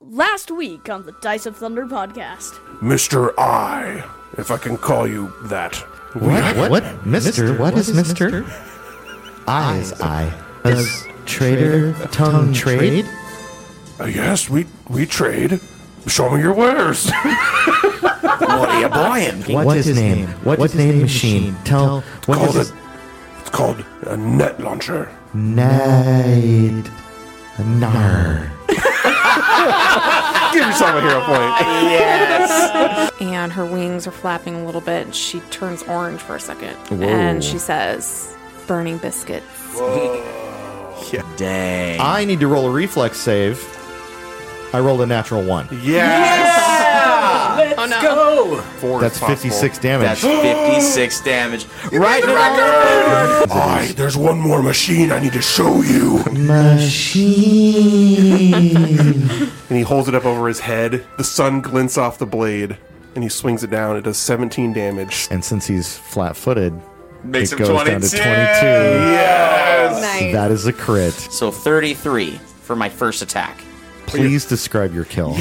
Last week on the Dice of Thunder podcast, Mr. I, if I can call you that. What? What? Mister, what is Mister? Eyes, eye. Does trader tongue trade? Uh, yes, we we trade. Show me your wares. What are you buying? What's his name? What's his name machine? Tell what Called is it. It's called a net launcher. Night. Nar. Give yourself a hero point. and her wings are flapping a little bit. She turns orange for a second, and she says, "Burning biscuit." Dang. I need to roll a reflex save. I rolled a natural one. oh, no. go. That's 56 damage. That's 56 damage. Right now. I, there's one more machine I need to show you. Machine. and he holds it up over his head. The sun glints off the blade, and he swings it down. It does 17 damage. And since he's flat footed, Makes it him goes down to 22. 22. Nice. That is a crit. So 33 for my first attack. Please describe your kill.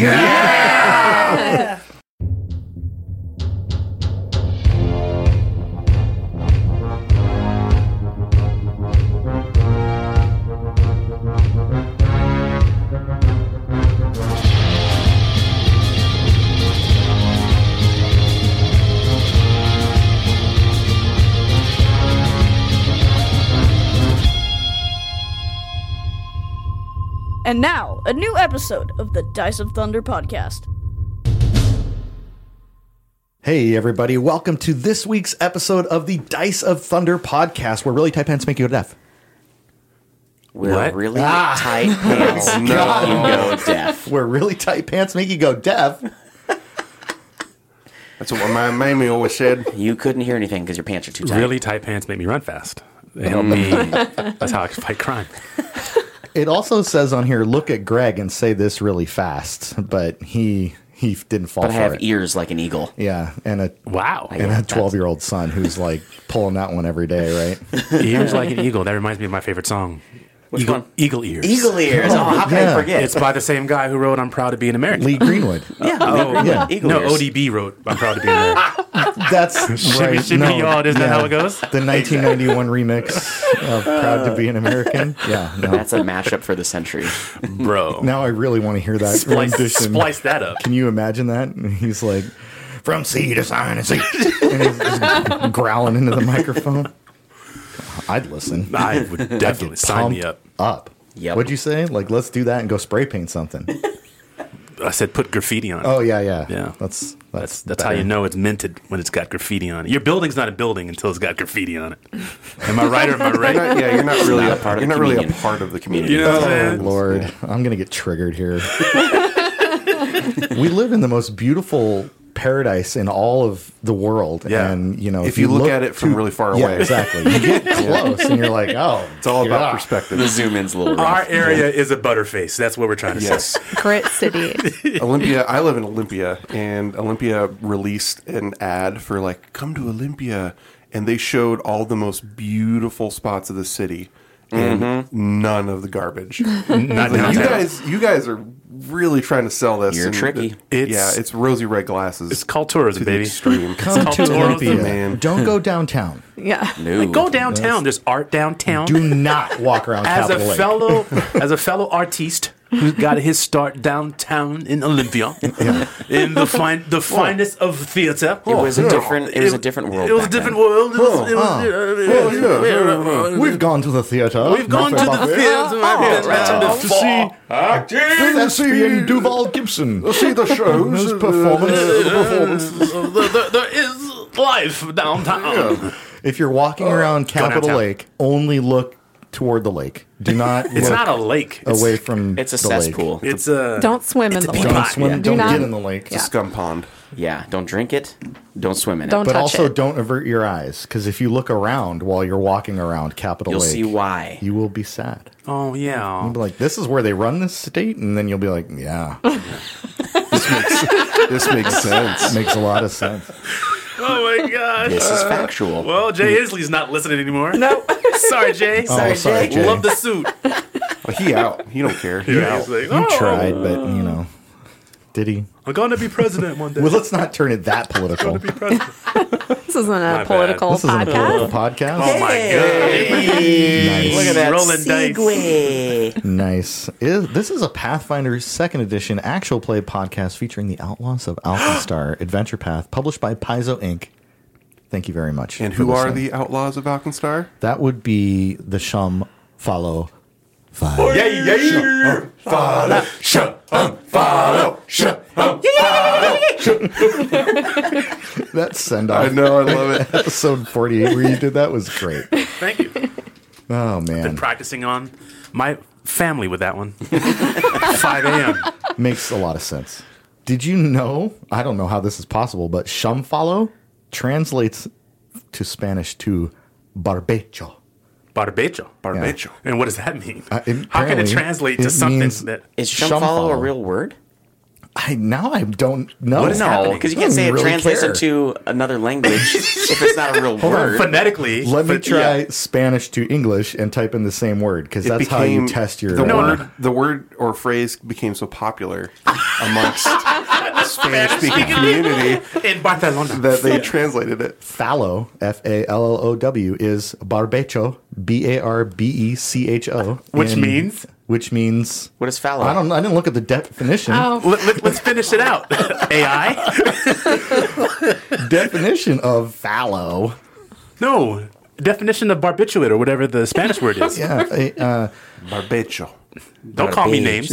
and now a new episode of the Dice of Thunder podcast. Hey, everybody. Welcome to this week's episode of the Dice of Thunder podcast, where really tight pants make you go deaf. We're really Ah. Oh, tight pants. no. You go deaf. Where really tight pants make you go deaf. That's what my mammy always said. You couldn't hear anything because your pants are too tight. Really tight pants make me run fast. They help me. That's how I fight crime. It also says on here, look at Greg and say this really fast, but he he didn't fall But I for have e- it. ears like an eagle. yeah, and a Wow. and a that's- 12 year old son who's like pulling that one every day, right? Ears like an eagle. That reminds me of my favorite song. Which eagle, one? eagle ears. Eagle ears. Oh, how can yeah. I forget? It's by the same guy who wrote "I'm Proud to Be an American." Lee Greenwood. yeah. Oh, yeah. Eagle no, ears. ODB wrote "I'm Proud to Be an American." That's Shimmy, right. shimmy, no, y'all. Isn't that yeah. how it goes? The 1991 remix of Proud to Be an American. Yeah. No. That's a mashup for the century. Bro, Now I really want to hear that splice, rendition. splice that up. Can you imagine that? And he's like, from sea to sign and sea. and he's just growling into the microphone. I'd listen. I would definitely sign me up. Pumped Up. Yep. What'd you say? Like, let's do that and go spray paint something. I said, put graffiti on. it. Oh yeah, yeah, Yeah. That's That's that's that's how better. you know it's minted when it's got graffiti on it. Your building's not a building until it's got graffiti on it. Am I right or am I You're right? not- yeah, you're not really Not a, a part of you're the not really a comedian. part of the community. You know what I'm Oh saying? Lord, I'm gonna get triggered here. we live in the most beautiful paradise in all of the world, Yeah. and you know if, you look, at it from really far yeah, away, exactly. You get close, and you're like, oh, it's all about yeah. perspective. The zoom in's a little rough. Our area is a butterface. That's what we're trying to say. Yes. Crit City. Olympia, I live in Olympia, and Olympia released an ad for like, come to Olympia. And they showed all the most beautiful spots of the city and none of the garbage. N- Not Like, you downtown. guys, you guys are really trying to sell this. You're and tricky. It's, It's- yeah, it's rosy red glasses. It's called tourism, to the baby. extreme. Come to Cultural Olympia. man. Don't go downtown. Yeah. No. Like, go downtown. There's art downtown. Do not walk around as a Capitol Lake. fellow, as a fellow artiste who got his start downtown in Olympia, in the fine, the finest of theater. It was a different. It was a different world. It was a back different then. world. It was- it was- Oh, uh, We've gone to the theater. We've gone to the theater. I've been mentioned to before. see thespian Duval Gibson. See the shows. His performance. There- there- there is life downtown. If you're Oh. walking around Capitol downtown. Lake, only look toward the lake. Do not. It's look not a lake. It's, away from. It's a the lake. cesspool. It's uh, a. Don't swim in the pea lake. pot. Don't swim. Yeah. Do Don't not- get in the lake. Yeah. Scum pond. Yeah. Don't drink it. Don't swim in it. Don't But touch also, it. don't avert your eyes because if you look around while you're walking around Capitol You'll Lake, see why. you will be sad. Oh yeah. You'll be like, "This is where they run this state," and then you'll be like, "Yeah, This makes sense. makes a lot of sense." Oh my gosh. This is factual. Well, Jay Isley's not listening anymore. No. Sorry, Jay. oh, sorry, Jay. Love the suit. He out. He don't care. He He's out. like, oh. tried, but you know, Did he? I'm going to be president one day. Well, let's not turn it that political. this president. This isn't a bad. political isn't a political podcast. podcast. Oh my Nice. Look at that Rolling dice. segue. Nice. Is- this is a Pathfinder Second Edition actual play podcast featuring the Outlaws of Alphastar Adventure Path, published by Paizo Inc. Thank you very much. And for who are listening. the outlaws of Alkenstar? That would be the Shum Follow Five. yeah, yeah. Follow, shut up, follow, shut up. That send I off know, I love it. episode 48 where you did that was great. Thank you. Oh, Been man. practicing on my family with that one. 5 a.m. Makes a lot of sense. Did you know? I don't know how this is possible, but Shum Follow translates to Spanish to Barbecho. Barbecho. Barbecho. And what does that mean? Uh, it- How can it apparently, translate to it something means- that Is shum Shum follow a follow. real word? I now I don't know. What is that? No, happening. because you can't I say don't it really translates care. into another language if it's not a real word. phonetically? Let me but- try yeah. Spanish to English and type in the same word because It that's how you test your. uh, the No, word. no. The word or phrase became so popular amongst Spanish-speaking community in Barcelona. that they translated it. Fallow, F A L L O W, is barbecho, B A R B E C H O, Which and- means? which means What is fallow? Oh. I don't. I didn't look at the definition. Oh, let, let, let's finish it out. AI? Definition of fallow. No. Definition of barbiturate or whatever the Spanish word is. Yeah, a- uh, Barbecho. Don't call me names.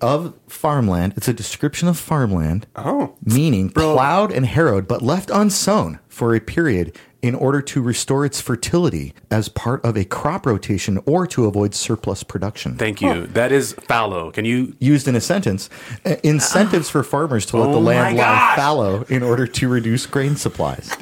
of farmland. It's a description of farmland. Oh, meaning plowed and harrowed but left unsown for a period in order to restore its fertility as part of a crop rotation or to avoid surplus production. Thank you. That is fallow. Can you? Used in a sentence, uh, incentives for farmers to let the Oh my land lie gosh. fallow in order to reduce grain supplies.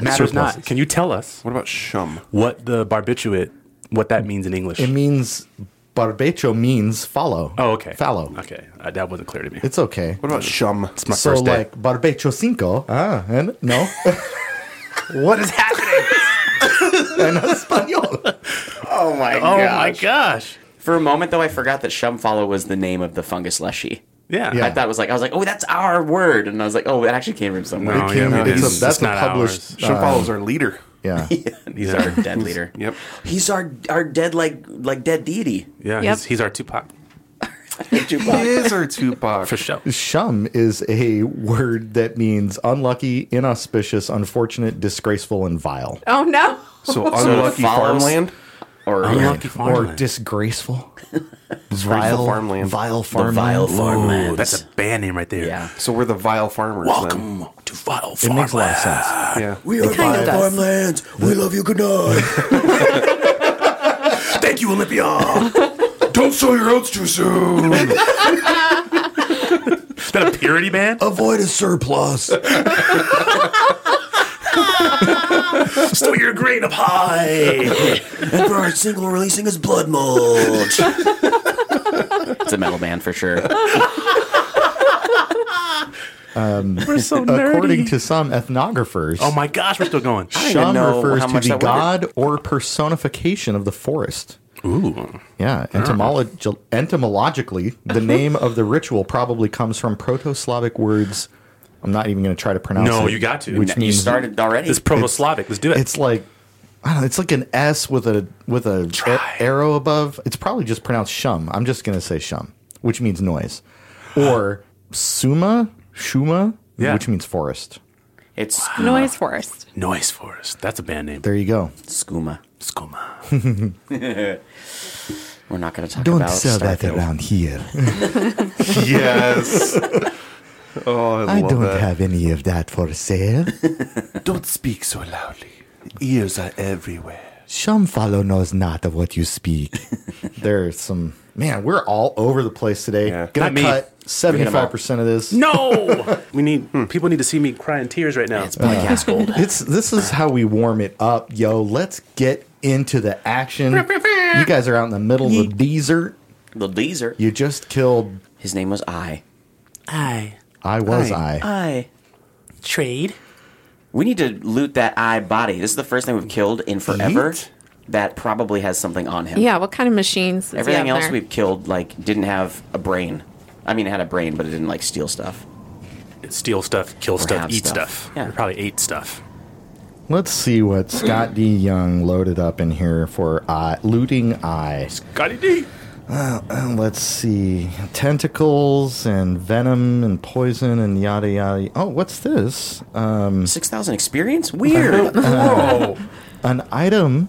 Matters not. Surpluses. Can you tell us what about shum? what the barbiturate, what that means in English? It means barbecho means follow. oh, okay. Fallow. Okay. Uh, that wasn't clear to me. It's okay. What about shum? my so first day. like barbecho cinco. Ah, and no. What is happening? en español. oh my Oh gosh. my gosh. For a moment though, I forgot that shum follow was the name of the fungus leshy. Yeah. Yeah. I thought it was like I was like, oh, that's our word, and I was like, oh, it actually came from somewhere. No, yeah, Came- it it's is. a, that's It's a not published. Shum uh, follows our leader. yeah. He's our dead leader. Yep. He's our our dead like like dead deity. Yeah. He's, he's our Tupac. It is our Tupac. For sure. Shum is a word that means unlucky, inauspicious, unfortunate, disgraceful, and vile. oh no. So unlucky follows- farmland. Or Unlucky Or farmland. disgraceful. vile farmland. Vile the farmland. vile Ooh, farmland. that's a band name right there. yeah. So we're the vile farmers. Then. Welcome to Vile It makes a lot of Farmland. sense. Yeah. We are kind of does. farmlands. We love you. Good night. Thank you, Olympia. Don't sell your oats too soon. Is that a purity band? Avoid a surplus. Stow your grain up high. and for our single, we're releasing is blood mulch. it's a metal band for sure. We're so nerdy. According to some ethnographers, oh my gosh, we're still going. don't even Shum know refers how to much the that word- god or personification of the forest. Ooh. Yeah, entomolog- entomologically, the name of the ritual probably comes from Proto-Slavic words. I'm not even going to try to pronounce it. No, you got to. Which You means started already. It's Proto-Slavic. Let's do it. it's like I don't know, it's like an S with a with a Try. a- arrow above. It's probably just pronounced shum. I'm just gonna say shum, which means noise, or suma shuma, Yeah. which means forest. It's Noise forest. Noise Forest. That's a band name. There you go. skooma. Skooma. We're not going to talk Don't about sell that Starfield. around here. yes. Oh, I, I love don't that. have any of that for sale. Don't speak so loudly. Ears are everywhere. Shum follow knows not of what you speak. There's some man. We're all over the place today. Yeah. Gonna Not me. cut seventy five percent of this. No. we need people need to see me crying tears right now. It's Podcast gold. It's this is how we warm it up, yo. Let's get into the action. You guys are out in the middle of the desert. The Deezer. You just killed. His name was I. I I was I. I. trade. We need to loot that eye body. This is the first thing we've killed in forever Yeet. that probably has something on him. Yeah. What kind of machines? Does he Everything have else there? we've killed like didn't have a brain. I mean, it had a brain, but it didn't like steal stuff. Steal stuff, kill stuff, have eat stuff. stuff. Yeah. Or probably ate stuff. Let's see what Scott D. Young loaded up in here for eye, looting eye. Scotty D. Let's see. Tentacles and venom and poison and yada yada. Oh, what's this? Six thousand experience? Weird. Whoa. an item.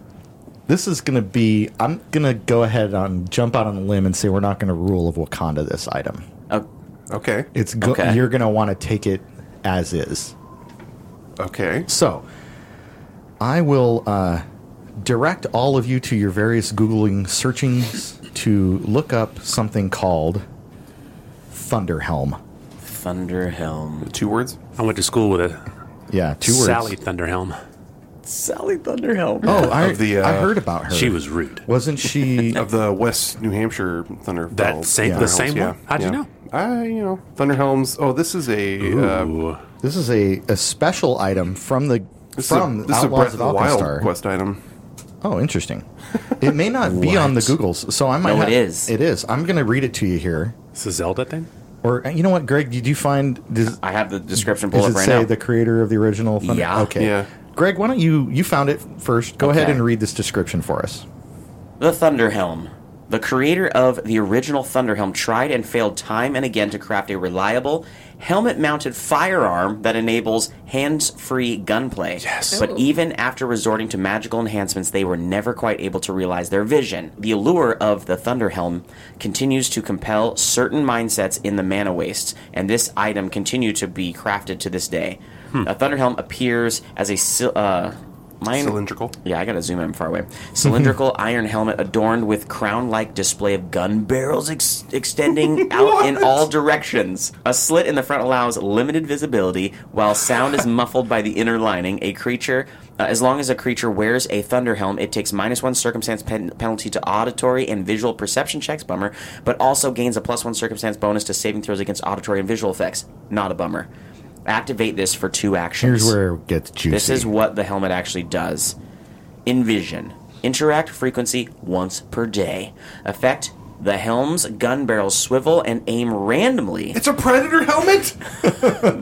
This is going to be. I'm going to go ahead and jump out on a limb and say we're not going to rule of Wakanda this item. oh, okay. It's go- Okay. you're going to want to take it as is. Okay. So, I will uh, direct all of you to your various googling searchings to look up something called Thunderhelm. Thunderhelm. Two words. I went to school with a Yeah, two words. Sally Thunderhelm. Sally Thunderhelm. Oh, I, Of the, uh, I heard about her. She was rude. Wasn't she? Of the West New Hampshire Thunder. Oh, That same- the Thunderhelms, same one? How'd you know? I, you know, Thunderhelms. Oh, this is a. Um, Uh, Ooh. this is a, a special item from the this from is a, this is a Outlaws Breath of of the Wild Alkenstar. quest item. Oh, interesting. It may not be on the Googles, so I might. No, it have- is. It is. I'm going to read it to you here. It's a Zelda thing? Or uh, you know what, Greg? Did you find? Does, I have the description pulled does up it right say now. the creator of the original? Thunder? Yeah. Okay. Yeah. Greg, why don't you you found it first? Go ahead Okay. and read this description for us. The Thunderhelm. The creator of the original Thunderhelm tried and failed time and again to craft a reliable, helmet mounted firearm that enables hands free gunplay. Yes. But even after resorting to magical enhancements, they were never quite able to realize their vision. The allure of the Thunderhelm continues to compel certain mindsets in the mana wastes, and this item continued to be crafted to this day. A Thunderhelm appears as a. sil- Uh, mine- Cylindrical. yeah, I gotta zoom in far away. Cylindrical iron helmet adorned with crown like display of gun barrels ex- extending out in all directions. A slit in the front allows limited visibility, while sound is muffled by the inner lining. A creature, uh, as long as a creature wears a thunder helm, it takes minus one circumstance pen- penalty to auditory and visual perception checks, bummer, but also gains a plus one circumstance bonus to saving throws against auditory and visual effects. Not a bummer. Activate this for two actions. Here's where it gets juicy. This is what the helmet actually does. Envision. Interact frequency once per day. Effect. The helm's gun barrels swivel and aim randomly. It's a predator helmet.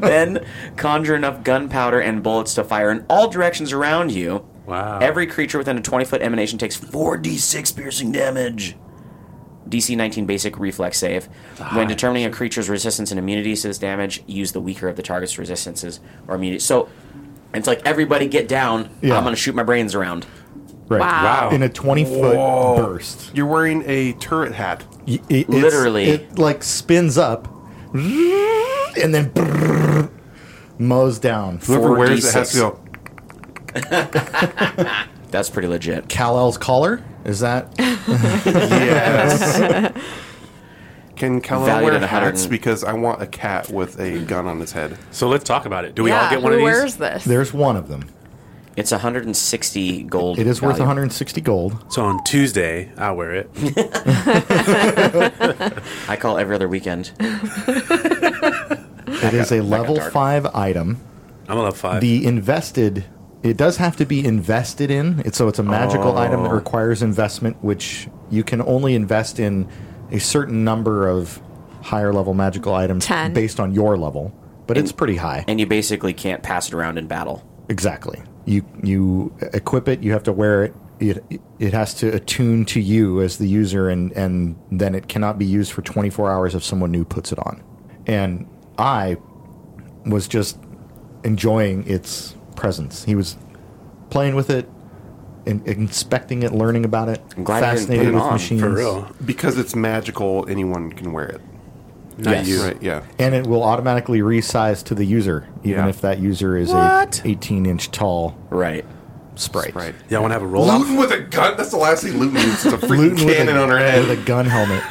then conjure enough gunpowder and bullets to fire in all directions around you. Wow. Every creature within a 20 foot emanation takes 4d6 piercing damage. DC 19 basic reflex save. When determining a creature's resistance and immunities to this damage, use the weaker of the target's resistances or immunity. So it's like everybody get down. Yeah. I'm going to shoot my brains around. right. Wow. In a 20 foot burst. You're wearing a turret hat. Y- it- it's- Literally. It like spins up and then mows down. Whoever wears it has to 4d6. go. That's pretty legit. Cal El's collar? Is that? Yes. Can Kellen Valued wear at a hundred hats? and- Because I want a cat with a gun on his head. So let's talk about it. Do we all get one who of these? wears this? There's one of them. It's 160 gold. It is worth value. 160 gold. So on Tuesday, I wear it. I call every other weekend. It is a level dark. five item. I'm a level five. The invested. It does have to be invested in. It's, so it's a magical item that requires investment, which you can only invest in a certain number of higher level magical items Ten. based on your level. But it's pretty high. and you basically can't pass it around in battle. Exactly. You you equip it. You have to wear it. It it has to attune to you as the user, and and then it cannot be used for 24 hours if someone new puts it on. And I was just enjoying its presence. He was playing with it, and inspecting it, learning about it, I'm glad I didn't put fascinated it with on, for machines, For real. Because it's magical, anyone can wear it. Not you. Right, yeah. and it will automatically resize to the user, even Yeah. if that user is What? a 18 inch tall Right. sprite. Right. Y'all want to have a roll Luton out? with a gun? That's the last thing Luton needs. It's a freaking Looting with cannon a- on her with head. a gun helmet.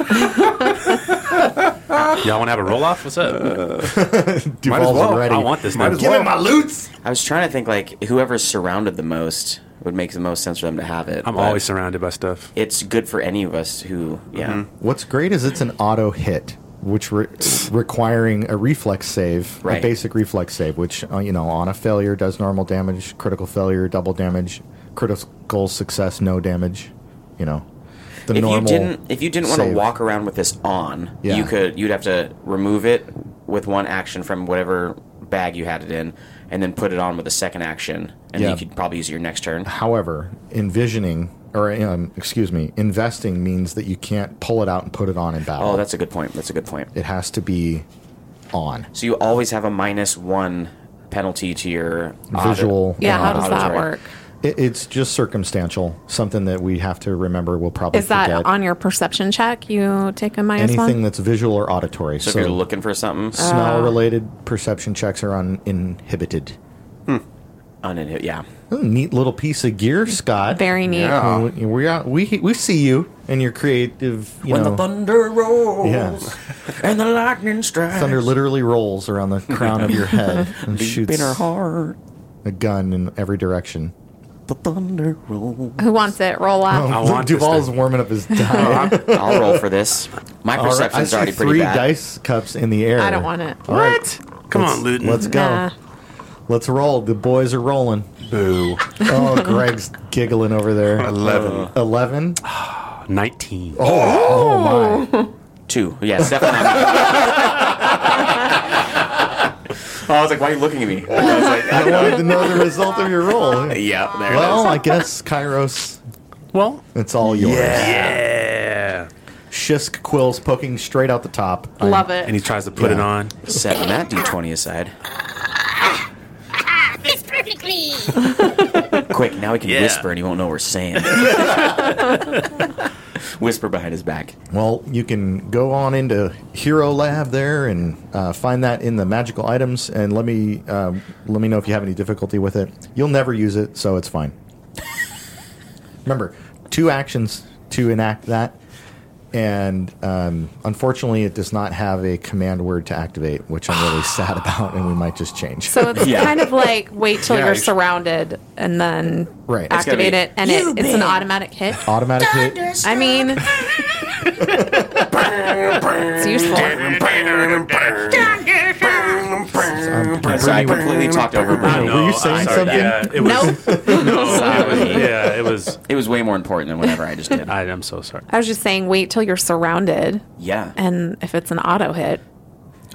Y'all want to have a roll off? What's Uh, up? Might as Duval's well. already. I want this Might now. as well. Give me my loots. I was trying to think like whoever's surrounded the most would make the most sense for them to have it. I'm but always surrounded by stuff. It's good for any of us who, yeah. What's great is it's an auto hit, which re- requiring a reflex save, a Right. basic reflex save, which uh, you know on a failure does normal damage, critical failure double damage, critical success no damage, you know. the if you normal didn't if you didn't want to save. walk around with this on, Yeah. you could you'd have to remove it with one action from whatever bag you had it in, and then put it on with a second action, and Yeah. you could probably use it your next turn. However, envisioning or um, excuse me, investing means that you can't pull it out and put it on in battle. Oh, that's a good point. That's a good point. it has to be on So you always have a minus one penalty to your auto- visual. Yeah, how does Auditory. that work? It, it's just circumstantial, something that we have to remember. We'll probably Is that forget. on your perception check? You take a minus anything one? that's visual or auditory? So if you're looking for something, Uh, smell related perception checks are uninhibited. Uh. uninhib- yeah. Ooh, neat little piece of gear, Scott. Very neat. Yeah. Uh, we, are- we we see you and your creative. You when know, the thunder rolls Yeah. and the lightning strikes, thunder literally rolls around the crown of your head and deep shoots in her heart, a gun in every direction. the thunder rolls. Who wants it? Roll up. I want this Duval's thing. warming up his die. I'll roll for this. My All right, I perception's see already pretty three bad. dice cups in the air. I don't want it. All right, Come let's- on, Luton. Let's Oh, go. Nah. Let's roll. The boys are rolling. Boo. Oh, Greg's giggling over there. Uh, 11. Eleven. 19. Oh my. Two. Yeah, it's definitely not me. I was like, why are you looking at me? I was like, I wanted to know the result of your roll. yeah, there Well, it I guess Kairos, Well, it's all yours. yeah. Shisk quills poking straight out the top. Love And it. he tries to put it on. is. Setting that d20 aside. fits perfectly. Quick, now he can Yeah. whisper and he won't know what we're saying. whisper behind his back. Well, you can go on into Hero Lab there and uh, find that in the magical items. And let me um, let me know if you have any difficulty with it. You'll never use it, so it's fine. Remember, two actions to enact that, and um, unfortunately, it does not have a command word to activate, which I'm really sad about, and we might just change. So it's Yeah. kind of like wait till Yeah, you're you should- surrounded and then Right. It's gotta be, activate it, and "You it, it's bet." an automatic hit. Automatic hit. I mean, it's useful. So I completely talked over Uh, her. were you saying something? Yeah, it was, Nope. yeah, it was. It was way more important than whatever I just did. I, am so sorry. I was just saying, wait till you're surrounded, Yeah. and if it's an auto hit,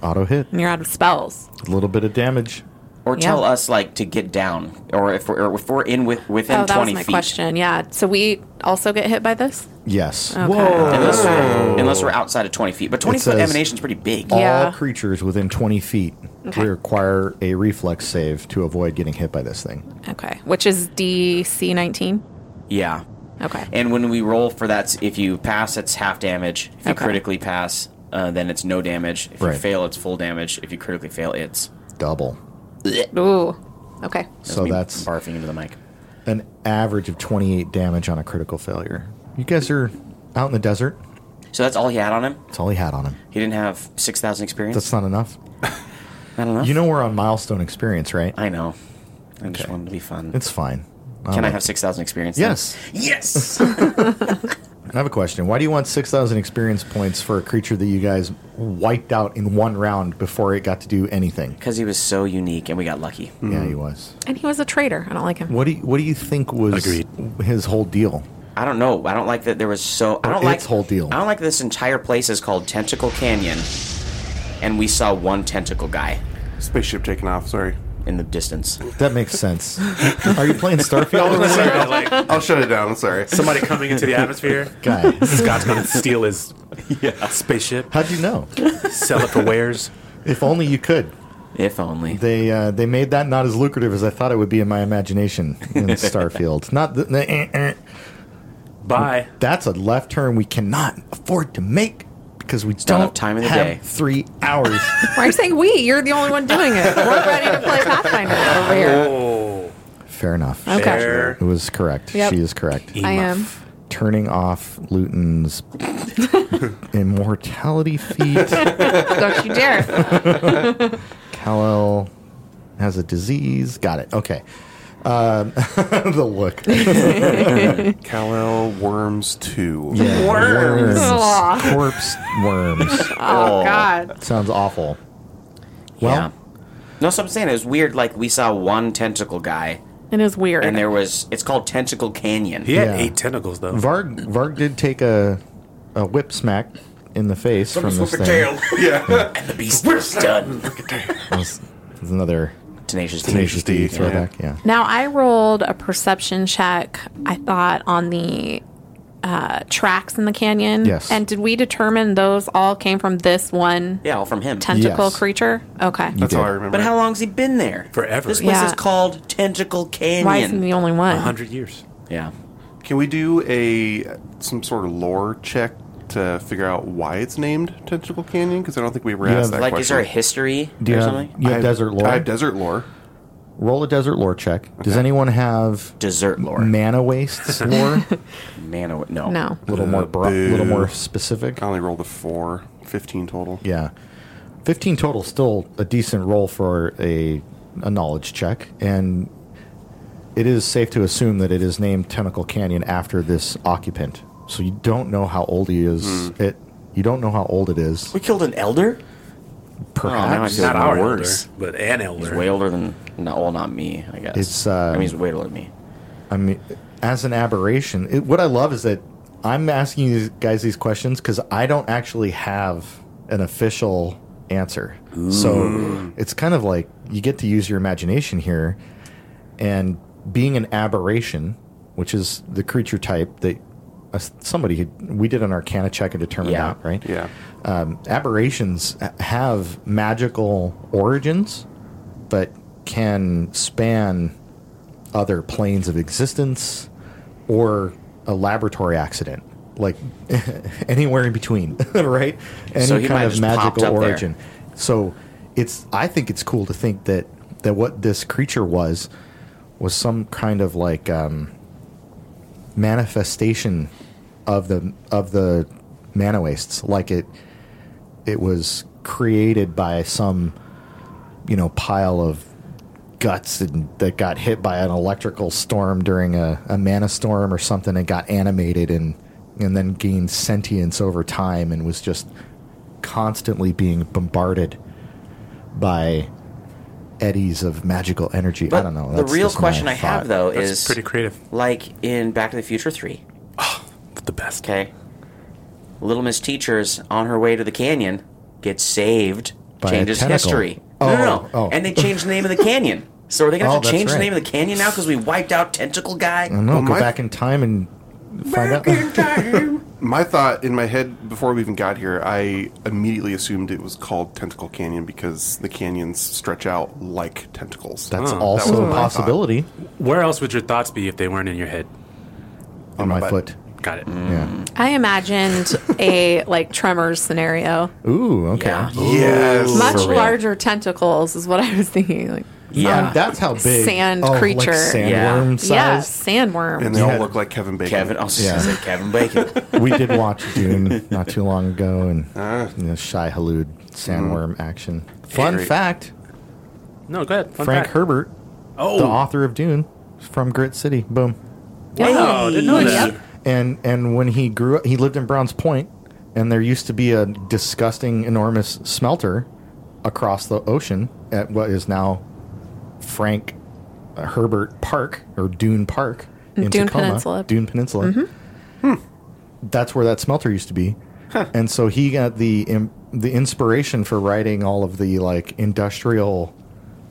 Auto hit. and you're out of spells. A little bit of damage. Or tell Yeah. us like to get down, or if we're, or if we're in with, within Oh, that was 20 my feet. question. Yeah. So we also get hit by this. Yes. Oh, Oh. Unless we're, unless we're outside of 20 feet. But 20 It foot says- emanation's pretty big. All Yeah. creatures within 20 feet Okay. require a reflex save to avoid getting hit by this thing. Okay. Which is DC 19. Yeah. Okay. And when we roll for that, if you pass, it's half damage. If you Okay. critically pass, uh, then it's no damage. If Right. you fail, it's full damage. If you critically fail, it's Double. Ooh. Okay. So me that's barfing into the mic. an average of 28 damage on a critical failure. You guys are out in the desert. So that's all he had on him. That's all he had on him. He didn't have six thousand experience. That's not enough. I don't know. You know we're on milestone experience, right? I know. I just wanted to be fun. It's fine. Can I like have six thousand experience? then? Yes. Yes. I have a question. Why do you want 6,000 experience points for a creature that you guys wiped out in one round before it got to do anything? Because he was so unique, and we got lucky. Yeah, he was. And he was a traitor. I don't like him. What do you, what do you think was Agreed. his whole deal? I don't know. I don't like that there was so. I don't like Its whole deal. I don't like this entire place is called Tentacle Canyon, and we saw one tentacle guy Spaceship taking off, sorry. in the distance. That makes sense. Are you playing Starfield? over there? Sorry, like I'll shut it down, I'm sorry. somebody coming into the atmosphere. Guys, Scott's gonna steal his spaceship, how'd you know? sell it for wares. If only you could. If only. They uh, they made that not as lucrative as I thought it would be in my imagination in Starfield. Not the, the, eh, eh. Bye. that's a left turn we cannot afford to make because we not don't enough time in the have day. three hours. Why are you saying we? You're the only one doing it. We're ready to play Pathfinder over here. Oh, Fair enough. Okay. fair. It was correct. Yep. She is correct. I am. Turning off Luton's immortality feat. Don't you dare. Kal-El has a disease. Got it. Okay. Um, the look. Kal-El Worms 2. Worms. Aw. Corpse worms. Oh, God. Sounds awful. Well, yeah. No, so I'm saying it was weird. Like we saw one tentacle guy It is weird. and there was it's called Tentacle Canyon. He had Yeah. eight tentacles though. Varg Varg did take a a whip smack in the face from this thing. Yeah. The beast was done. It was- it was another Tenacious, tenacious D Tenacious D, yeah. throwback. Yeah. Now I rolled a perception check. I thought on the uh, tracks in the canyon. Yes. And did we determine those all came from this one Yeah, all from him. tentacle Yes. creature? Okay. That's how I did. remember. but it. how long's he been there? Forever. This place Yeah. is called Tentacle Why isn't he Canyon. the only one? hundred years. Yeah. Can we do a some sort of lore check to figure out why it's named Tentacle Canyon? Because I don't think we ever Yeah. asked that Like, question. is there a history Do you or have, something? you have I- desert lore? I have desert lore. Roll a desert lore check. Does anyone have Dessert lore. mana wastes lore? A Man, oh, no. No. little Uh, more bro- little more specific. I only rolled a four. 15 total. Yeah. 15 total, still a decent roll for a, a knowledge check. And it is safe to assume that it is named Tentacle Canyon after this occupant. So you don't know how old he is. Hmm. It You don't know how old it is. We killed an elder? Oh, now I Perhaps feel Not even our worse. elder, but an elder. He's way older than, no, well, not me, I guess. It's, I um, mean, he's way older than me. I mean, as an aberration, it, what I love is that I'm asking you guys these questions because I don't actually have an official answer. So it's kind of like you get to use your imagination here, and being an aberration, which is the creature type that uh, somebody had- we did an Arcana check and determined Yeah. out, right? Yeah. Um, aberrations ha- have magical origins, but can span other planes of existence or a laboratory accident, like anywhere in between, right? Any So he might kind of have just popped magical up there. origin. So it's I think it's cool to think that that what this creature was was some kind of like um, manifestation of the of the mana wastes, like it it was created by some you know pile of guts and, that got hit by an electrical storm during a, a mana storm or something and got animated and and then gained sentience over time and was just constantly being bombarded by eddies of magical energy. I don't know. The That's real just my question I have, thought. though, That's is pretty creative. like in Back to the Future 3, The best. okay? Little Miss Teachers on her way to the canyon gets saved, By a changes tentacle. history. no, no, no. Oh, oh. And they changed the name of the canyon. So are they going to Oh, have to that's change the right. name of the canyon now because we wiped out Tentacle Guy? I don't know. Well, go my- back in time and find out. My thought in my head before we even got here, I immediately assumed it was called Tentacle Canyon because the canyons stretch out like tentacles. That's Huh. Oh, That was also my a thought. possibility Where else would your thoughts be if they weren't in your head? on my, my butt. foot. Got it. Yeah. I imagined a like tremors scenario. Mm. Ooh. Okay. Um, Yeah. Yes. Much real. larger tentacles is what I was thinking. Like Yeah. Um, that's how big. Sand oh, creature. Like sandworm Yeah, size. sandworm. and they Yeah. all look like Kevin Bacon. Kevin, I was just gonna Yeah. say Kevin Bacon. we did watch Dune not too long ago, and Ah. you know, Shy Halud Mm. sandworm action. Fun Great. fact: No, go ahead. Fun Frank fact. Herbert, Oh, the author of Dune, is from Grit City. Boom. wow, Oh, didn't know that. And and when he grew up, he lived in Browns Point, and there used to be a disgusting, enormous smelter across the ocean at what is now Frank Herbert Park or Dune Park in Dune Tacoma, Peninsula. Mm-hmm. Dune Peninsula. That's where that smelter used to be, and so he got the im- the inspiration for writing all of the like industrial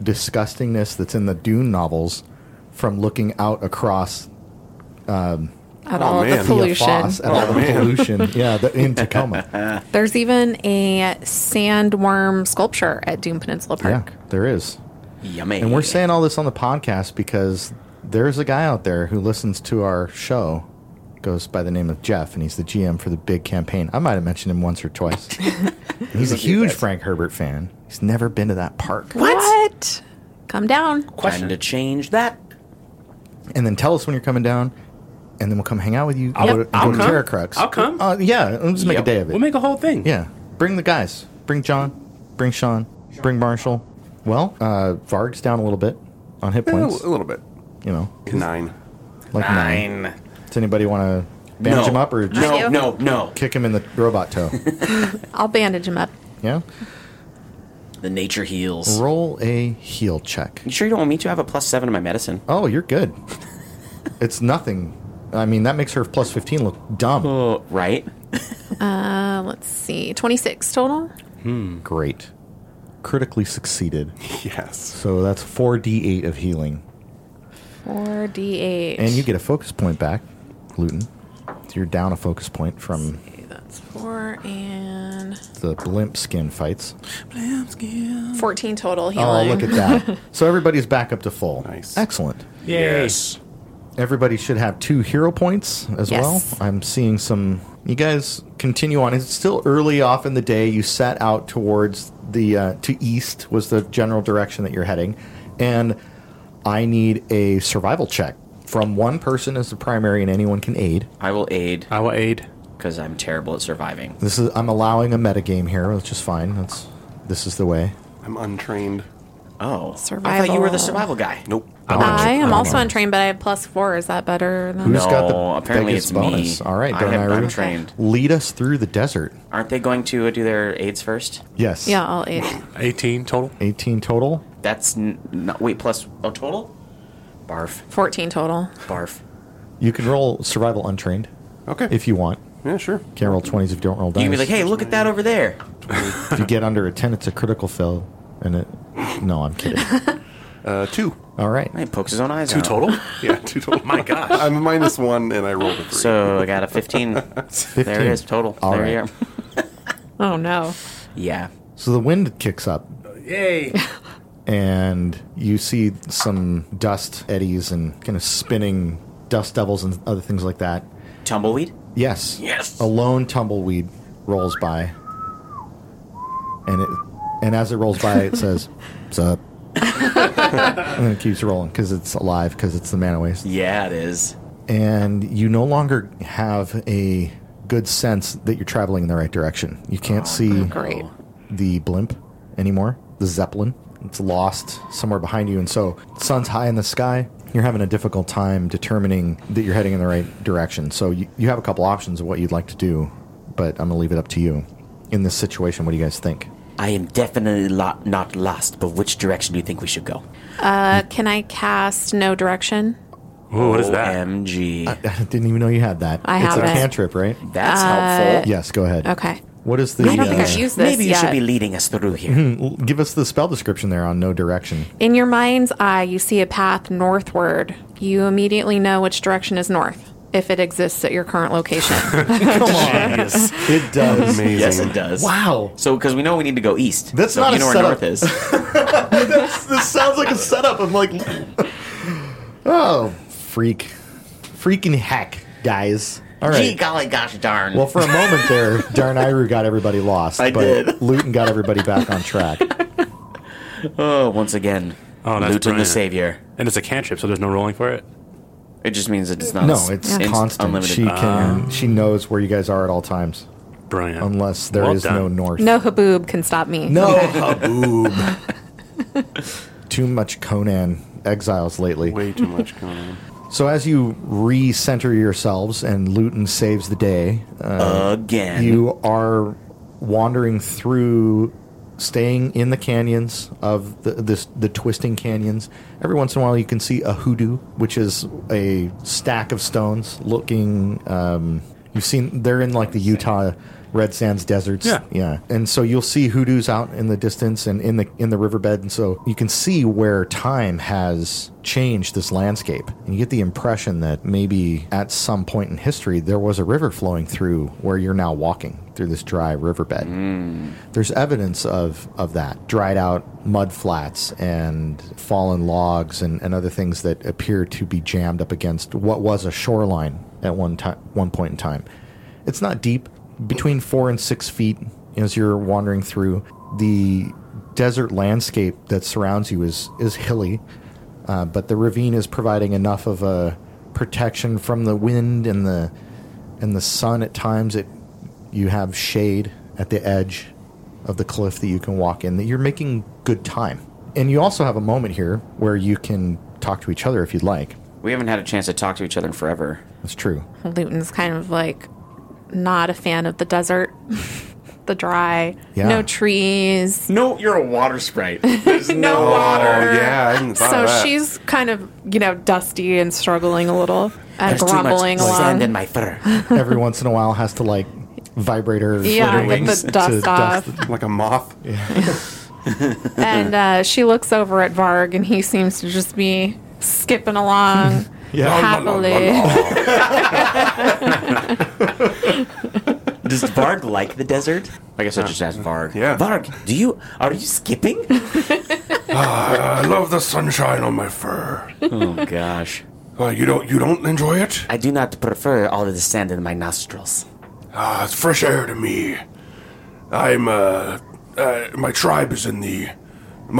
disgustingness that's in the Dune novels from looking out across At all of man. the Thea pollution. Foss and all the Oh. pollution. Yeah, the, in Tacoma. There's even a sandworm sculpture at Doom Peninsula yeah, Park. there is. Yummy. And we're saying all this on the podcast because there's a guy out there who listens to our show, goes by the name of Jeff, and he's the GM for the big campaign. I might have mentioned him once or twice. he's a huge Frank Herbert fan. He's never been to that park. What? Come down. time to change that. And then tell us when you're coming down. And then we'll come hang out with you. I'll- Go to- I'll go to come. Terra Crux. I'll come. Uh, yeah, let's make Yep. a day of it. We'll make a whole thing. Yeah. Bring the guys. Bring John. Bring Sean. Bring Marshall. Well, uh, Varg's down a little bit on hit Eh, a points. little bit. You know, Nine. like nine. Does anybody want to bandage him up or just no, do. no, no. kick him in the robot toe? I'll bandage him up. yeah. The nature heals. Roll a heal check. You sure you don't want me to have a plus seven in my medicine? Oh, you're good. it's nothing. I mean, that makes her plus 15 look dumb. Oh, right. Uh, let's see, 26 total. Great. Critically succeeded. Yes. So that's 4d8 of healing. 4d8. And you get a focus point back, gluten. So you're down a focus point from Okay, that's 4 and the blimp skin fights. 14 total Oh, healing. look at that. so everybody's back up to full. Nice. Excellent. Yes. Everybody should have two hero points as Yes. well. I'm seeing some. You guys continue on. It's still early off in the day. You set out towards the uh, to east was the general direction that you're heading, and I need a survival check from one person as the primary, and anyone can aid. I will aid I will aid. because I'm terrible at surviving. This is I'm allowing a metagame here, which is fine. That's this is the way. I'm untrained. Oh, I thought you Survival. were the survival guy. Nope. I am Oh, also no. untrained, but I have plus 4. Is that better than Who's got No, the apparently biggest it's me. bonus? All right, I Don am- I'm Irie, trained. Lead us through the desert. Aren't they going to uh, do their aids first? Yes. Yeah, I'll aid. 18 total. 18 total. That's n- not wait plus oh total. Barf, 14 total. barf. You can roll survival untrained Okay. if you want. yeah, sure. Can't roll 20s if you don't roll dice. You can be like, hey, look at that over there. If you get under a 10, it's a critical fail. And it. No, I'm kidding. Uh, two. All right. He pokes his own eyes. Two out. total? Yeah, two total. My gosh. I'm minus one, and I rolled a three. So I got a 15. There it is total. All there right. you are. Oh, no. yeah. So the wind kicks up, Yay. and you see some dust eddies and kind of spinning dust devils and other things like that. Tumbleweed. Yes. Yes. A lone tumbleweed rolls by. And it and as it rolls by it says, Sup. and then it keeps rolling because it's alive because it's the mana waste. Yeah, it is. And you no longer have a good sense that you're traveling in the right direction. You can't see Oh, Great. the blimp anymore, the zeppelin. It's lost somewhere behind you, and so sun's high in the sky. You're having a difficult time determining that you're heading in the right direction. So you, you have a couple options of what you'd like to do, but I'm gonna leave it up to you. In this situation, what do you guys think? I am definitely lo- not lost, but which direction do you think we should go? Uh, can I cast No Direction? Ooh, what is that? OMG. I didn't even know you had that. I it's have a it. cantrip, right? That's helpful. Yes, go ahead. Okay. What is the? I don't think uh, I've used this Maybe you should yet. be leading us through here. give us the spell description there on no direction. In your mind's eye, you see a path northward. You immediately know which direction is north if it exists at your current location. Come on, it does. Amazing. yes, it does. Wow. So, because we know we need to go east. That's so not you a know where setup. north is. this sounds like a setup. I'm like, oh, freak, freaking heck, guys. All Gee, right. golly, gosh darn. well, for a moment there, Darn Iru got everybody lost, I but did. Luton got everybody back on track. oh, once again, Oh, that's Luton the brilliant. Savior. And it's a cantrip, so there's no rolling for it. It just means it's not. No, it's inst- constant. Unlimited. She can. she knows where you guys are at all times, Brilliant. unless there is Well no done. north. no haboob can stop me. No, Haboob. Too much Conan exiles lately. Way too much going on. So as you recenter yourselves and Luton saves the day, again. you are wandering through staying in the canyons of the this the twisting canyons every once in a while you can see a hoodoo which is a stack of stones looking um, you've seen they're in like the utah red sands deserts Yeah. yeah and so you'll see hoodoos out in the distance and in the in the riverbed and so you can see where time has changed this landscape and you get the impression that maybe at some point in history there was a river flowing through where you're now walking through this dry riverbed there's evidence of, of that dried out mud flats and fallen logs and, and other things that appear to be jammed up against what was a shoreline at one time one point in time it's not deep between four and six feet as you're wandering through the desert landscape that surrounds you is is hilly uh, but the ravine is providing enough of a protection from the wind and the and the sun at times it you have shade at the edge of the cliff that you can walk in that you're making good time and you also have a moment here where you can talk to each other if you'd like we haven't had a chance to talk to each other in forever. that's true Luton's kind of like not a fan of the desert. the dry. Yeah. No trees. No, you're a water sprite. There's no No water. Oh yeah, I didn't thought So of that. she's kind of, you know, dusty and struggling a little and There's too much grumbling sand in along. my fur. Every once in a while, has to like vibrate her Yeah, flutter get wings the dust off. like a moth. and uh, she looks over at Varg, and he seems to just be skipping along happily. Oh, Does Varg like the desert? I guess I just asked Varg. Yeah. Varg, do you are you skipping? I love the sunshine on my fur. oh gosh. Uh, you don't you don't enjoy it? I do not prefer all of the sand in my nostrils. Ah, it's fresh air to me. I'm uh, uh my tribe is in the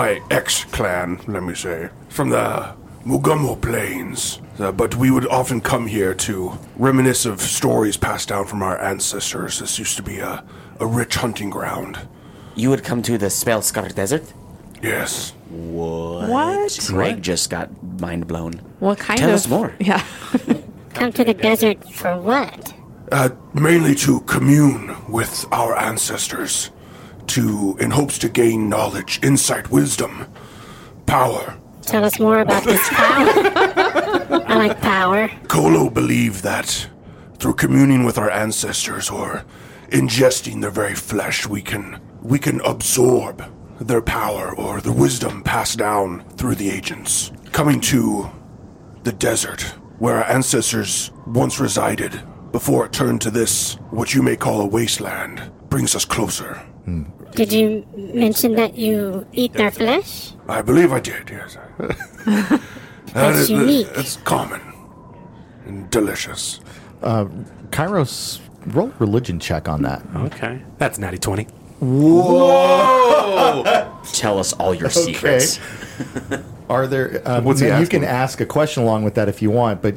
my ex clan, let me say, from the Mugumo Plains. Uh, but we would often come here to reminisce of stories passed down from our ancestors. This used to be a, a rich hunting ground. You would come to the Spellscar Desert? Yes. What? Greg just got mind blown. What kind Tell of? us more. Yeah. Come to the desert for what? Uh, mainly to commune with our ancestors, to in hopes to gain knowledge, insight, wisdom, power. Tell us more about this power. I like power. Kolo believed that through communing with our ancestors or ingesting their very flesh, we can we can absorb their power or the wisdom passed down through the agents. Coming to the desert where our ancestors once resided before it turned to this what you may call a wasteland brings us closer. Did you mention that you eat their flesh? I believe I did. Yes. That's That is- unique. It's common and delicious. Kairos, roll religion check on that. Okay. That's natty 20. Tell us all your secrets. Are there? Um, What's he now you asking? can ask a question along with that if you want, but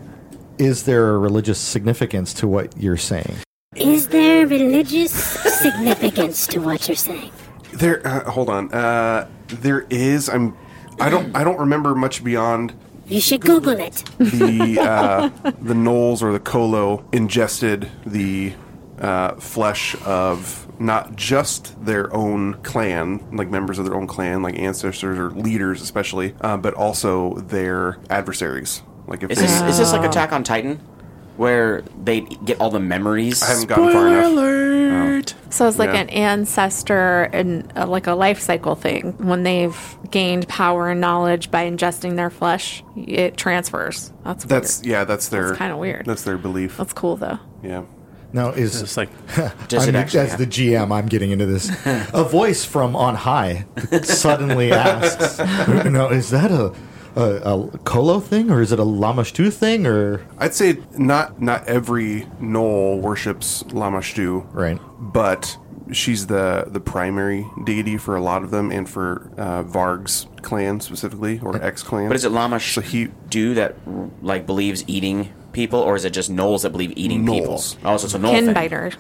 is there a religious significance to what you're saying? Is there religious significance to what you're saying? There, uh, hold on. Uh, there is. I'm. I don't. I don't remember much beyond You should Google it. the uh, the Knolls or the Colo ingested the uh, flesh of not just their own clan, like members of their own clan, like ancestors or leaders, especially, uh, but also their adversaries. Like if Is they, this is this like Attack on Titan? Where they get all the memories? I haven't gotten far enough. Oh. alert. So it's like Yeah. an ancestor and uh, like a life cycle thing. When they've gained power and knowledge by ingesting their flesh, it transfers. That's That's weird. yeah. That's their That's kinda weird. That's their belief. That's cool though. yeah. Now is It's like, Does I'm, it as actually the GM, I'm getting into this. a voice from on high suddenly asks, "No, is that a, a, a Kolo thing, or is it a Lamashtu thing, or I'd say not not every Knoll worships Lamashtu, Right. But she's the the primary deity for a lot of them, and for uh, Varg's clan specifically, or ex clan. But is it Lama Sh- So he- do that like believes eating people, or is it just gnolls that believe eating Gnolls. people? Oh, so it's a gnoll Kin thing. biter.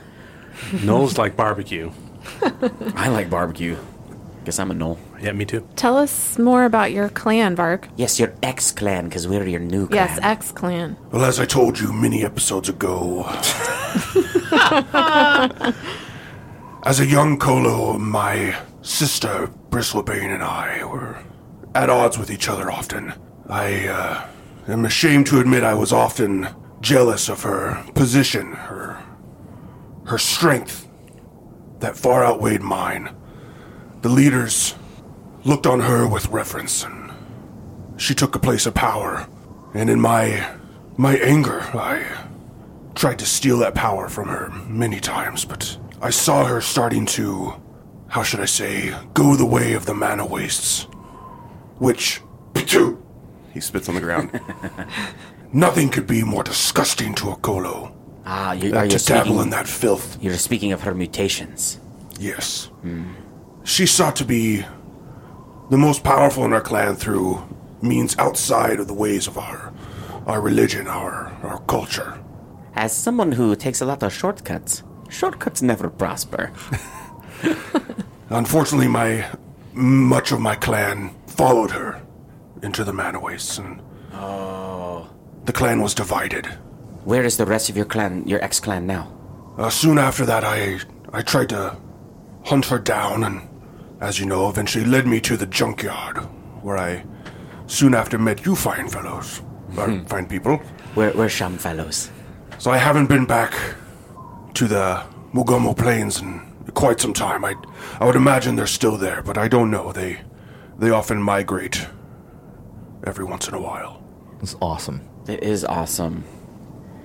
Noel's like barbecue. I like barbecue. Guess I'm a gnoll. Yeah, me too. Tell us more about your clan, Varg. Yes, your ex clan, because we're your new clan. Yes, X clan. Well, as I told you many episodes ago, as a young Kolo, my sister Bristlebane and I were at odds with each other often. I uh, am ashamed to admit I was often jealous of her position, her her strength that far outweighed mine. The leaders looked on her with reverence and she took a place of power, and in my my anger, I tried to steal that power from her many times, but I saw her starting to how should I say, go the way of the mana wastes. Which he spits on the ground. nothing could be more disgusting to a Kolo. Ah, you, are than you To dabble in speaking, that filth. you're speaking of her mutations. Yes. She sought to be the most powerful in our clan through means outside of the ways of our our religion, our our culture. As someone who takes a lot of shortcuts, shortcuts never prosper. Unfortunately, my much of my clan followed her into the mana wastes, and the clan was divided. Where is the rest of your clan, your ex clan now? Uh, soon after that, I I tried to hunt her down, and as you know, eventually led me to the junkyard, where I soon after met you fine fellows, or fine people. We're, we're sham fellows. So I haven't been back to the Mugomo Plains in quite some time. I, I would imagine they're still there, but I don't know. They, they often migrate every once in a while. It's awesome. It is awesome.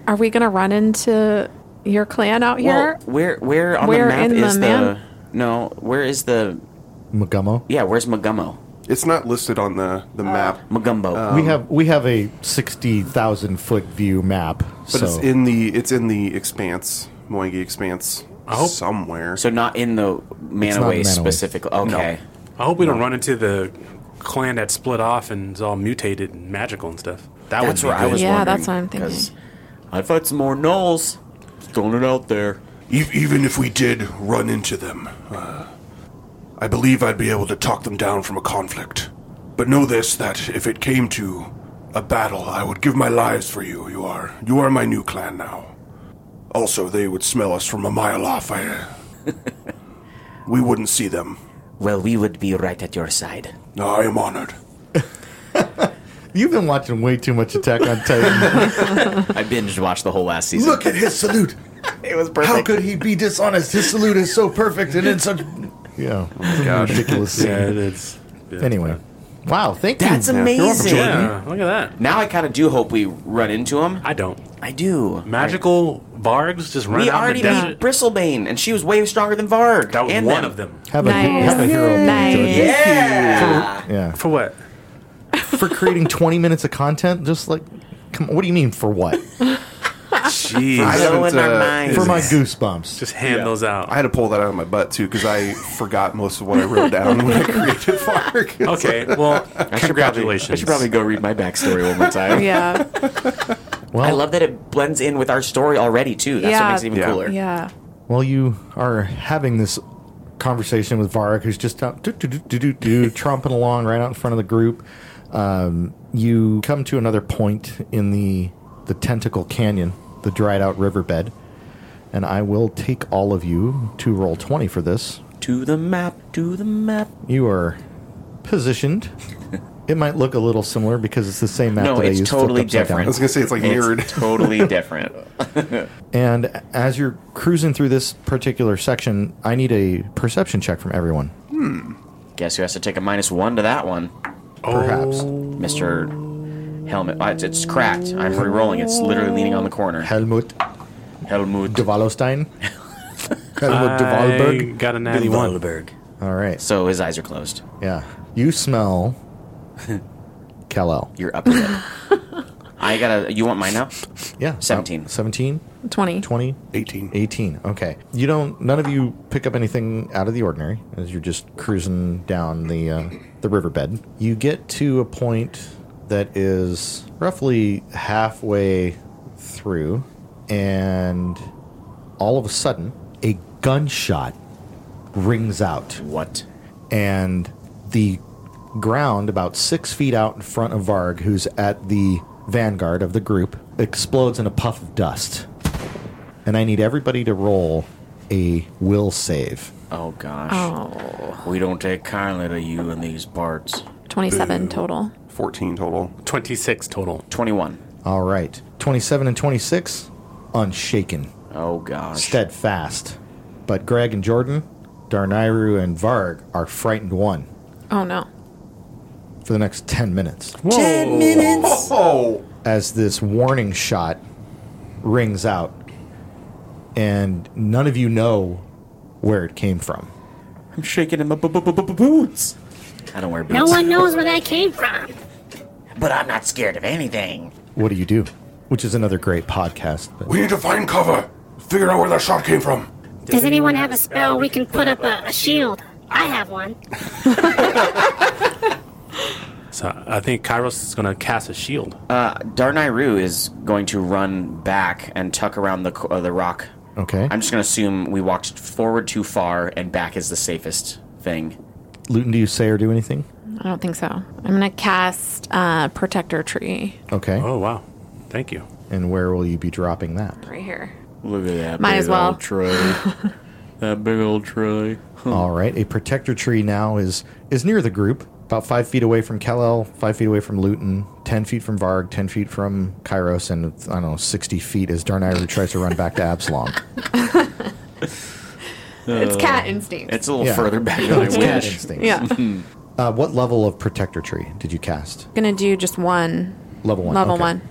Are we gonna run into your clan out here? Well, where where on Where the map in is the the, man- no? Where is the Magummo. yeah? Where's Magumbo? It's not listed on the, the map, Magumbo. Um, we have we have a sixty thousand foot view map. but so it's in the it's in the expanse, Moengi expanse, somewhere. so not in the Manaway Manaway. specifically. Okay. I hope we don't run into the clan that split off and is all mutated and magical and stuff. That That's would where be I was. Yeah, wondering, that's what I'm 'cause thinking. I fight some more gnolls. Just throwing it out there. E- even if we did run into them, uh, I believe I'd be able to talk them down from a conflict. But know this: that if it came to a battle, I would give my lives for you. You are you are my new clan now. Also, they would smell us from a mile off. I, uh, we wouldn't see them. Well, we would be right at your side. I am honored. You've been watching way too much Attack on Titan. I binge watched the whole last season. Look at his salute. it was How could he be dishonest? His salute is so perfect and in such. Oh yeah, Oh, ridiculous. scene. Yeah, it is. Anyway, wow, thank That's you. amazing. Yeah, Mm-hmm. look at that. Now I kind of do hope we run into him. I don't. I do. Magical Vargs just run We out in already the desert. beat Bristlebane, and she was way stronger than Varg. That was and one them. of them. Have a, Nice. have a hero. moment, Nice. Georgia. Yeah. Yeah. For what? For creating 20 minutes of content, just like, come on, what do you mean for what? Jeez. Blowing our minds. for my goosebumps. Just hand those out. I had to pull that out of my butt too because I forgot most of what I wrote down when I created Varg. okay, well, I should congratulations. Probably, I should probably go read my backstory one more time. yeah, well, I love that it blends in with our story already too. That's what Yeah. makes it even Yeah. cooler. yeah. while you are having this conversation with Varric, who's just out do, do, do, do, do, do, tromping along right out in front of the group, um, you come to another point in the the Tentacle Canyon, the dried out riverbed, and I will take all of you to roll twenty for this. To the map, to the map. You are positioned. It might look a little similar because it's the same map no, that I it's used flipped totally upside down. different. I was gonna say it's like mirrored. totally different. And as you're cruising through this particular section, I need a perception check from everyone. Guess who has to take a minus one to that one, Perhaps. Oh. Mister Helmet? Uh, It's, it's cracked. I'm re-rolling. It's literally leaning on the corner. Helmut Helmut Duvalostein. Helmut I Duvalberg. got a 91. All right. So his eyes are closed. Yeah. You smell Kal-El. You're up. lip. I gotta. You want mine now? Yeah. 17. Uh, 17, Twenty. 20, 18. 18. Okay. You don't, none of you pick up anything out of the ordinary as you're just cruising down the, uh, the riverbed. You get to a point that is roughly halfway through, and all of a sudden, a gunshot rings out. What? and the ground about six feet out in front of Varg, who's at the vanguard of the group, explodes in a puff of dust. And I need everybody to roll a will save. Oh gosh. Oh, We don't take kindly to you in these parts. 27 total. 14 total. 26 total. 21. All right. 27 and 26, unshaken, Oh gosh. steadfast. But Greg and Jordan, Darnayru and Varg are frightened one Oh no. for the next 10 minutes Oh, as this warning shot rings out, and none of you know where it came from. I'm shaking in my bo- bo- bo- bo- bo- boots. I don't wear boots. No one knows where that came from. But I'm not scared of anything. What do you do? Which is another great podcast. But We need to find cover. Figure out where that shot came from. Does anyone have a spell we can put up a, a shield? I have one. So I think Kairos is going to cast a shield. Uh, Darnayru is going to run back and tuck around the co- uh, the rock. okay, I'm just going to assume we walked forward too far and back is the safest thing. Luton, do you say or do anything? I don't think so. I'm gonna cast uh, Protector Tree Okay, oh, wow. Thank you. and where will you be dropping that? right here. Look at that. Might as big well. old Tray. That big old tree. All right, a protector tree now is is near the group, about five feet away from Kellel, five feet away from Luton, ten feet from Varg, ten feet from Kairos, and I don't know, sixty feet as Darnayru tries to run back to Absalom. it's cat instinct. It's a little Yeah. further back than I Cat wish. instincts. yeah. Uh, what level of protector tree did you cast? gonna do just one. Level one. Level okay. one.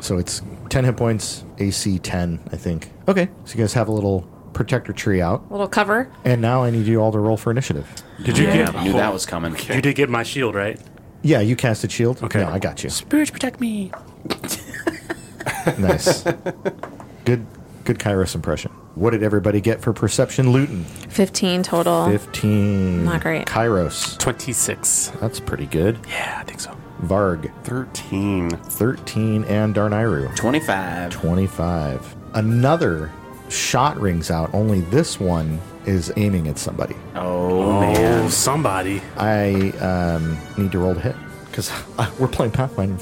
So it's ten hit points, AC ten, I think. Okay, so you guys have a little protector tree out, Little cover. and now I need you all to roll for initiative. Did you get? I knew that was coming. You did get my shield, right? Yeah, you casted shield. Okay. Yeah, I got you. Spirits protect me. Nice. good, good Kairos impression. What did everybody get for perception? Luton, 15 total. fifteen. Not great. Kairos, 26. that's pretty good. Yeah, I think so. Varg, 13. thirteen, and Darnayru, 25. twenty-five. Another shot rings out. Only this one is aiming at somebody. Oh, Oh, man. somebody. I um, need to roll to hit because we're playing Pathfinder.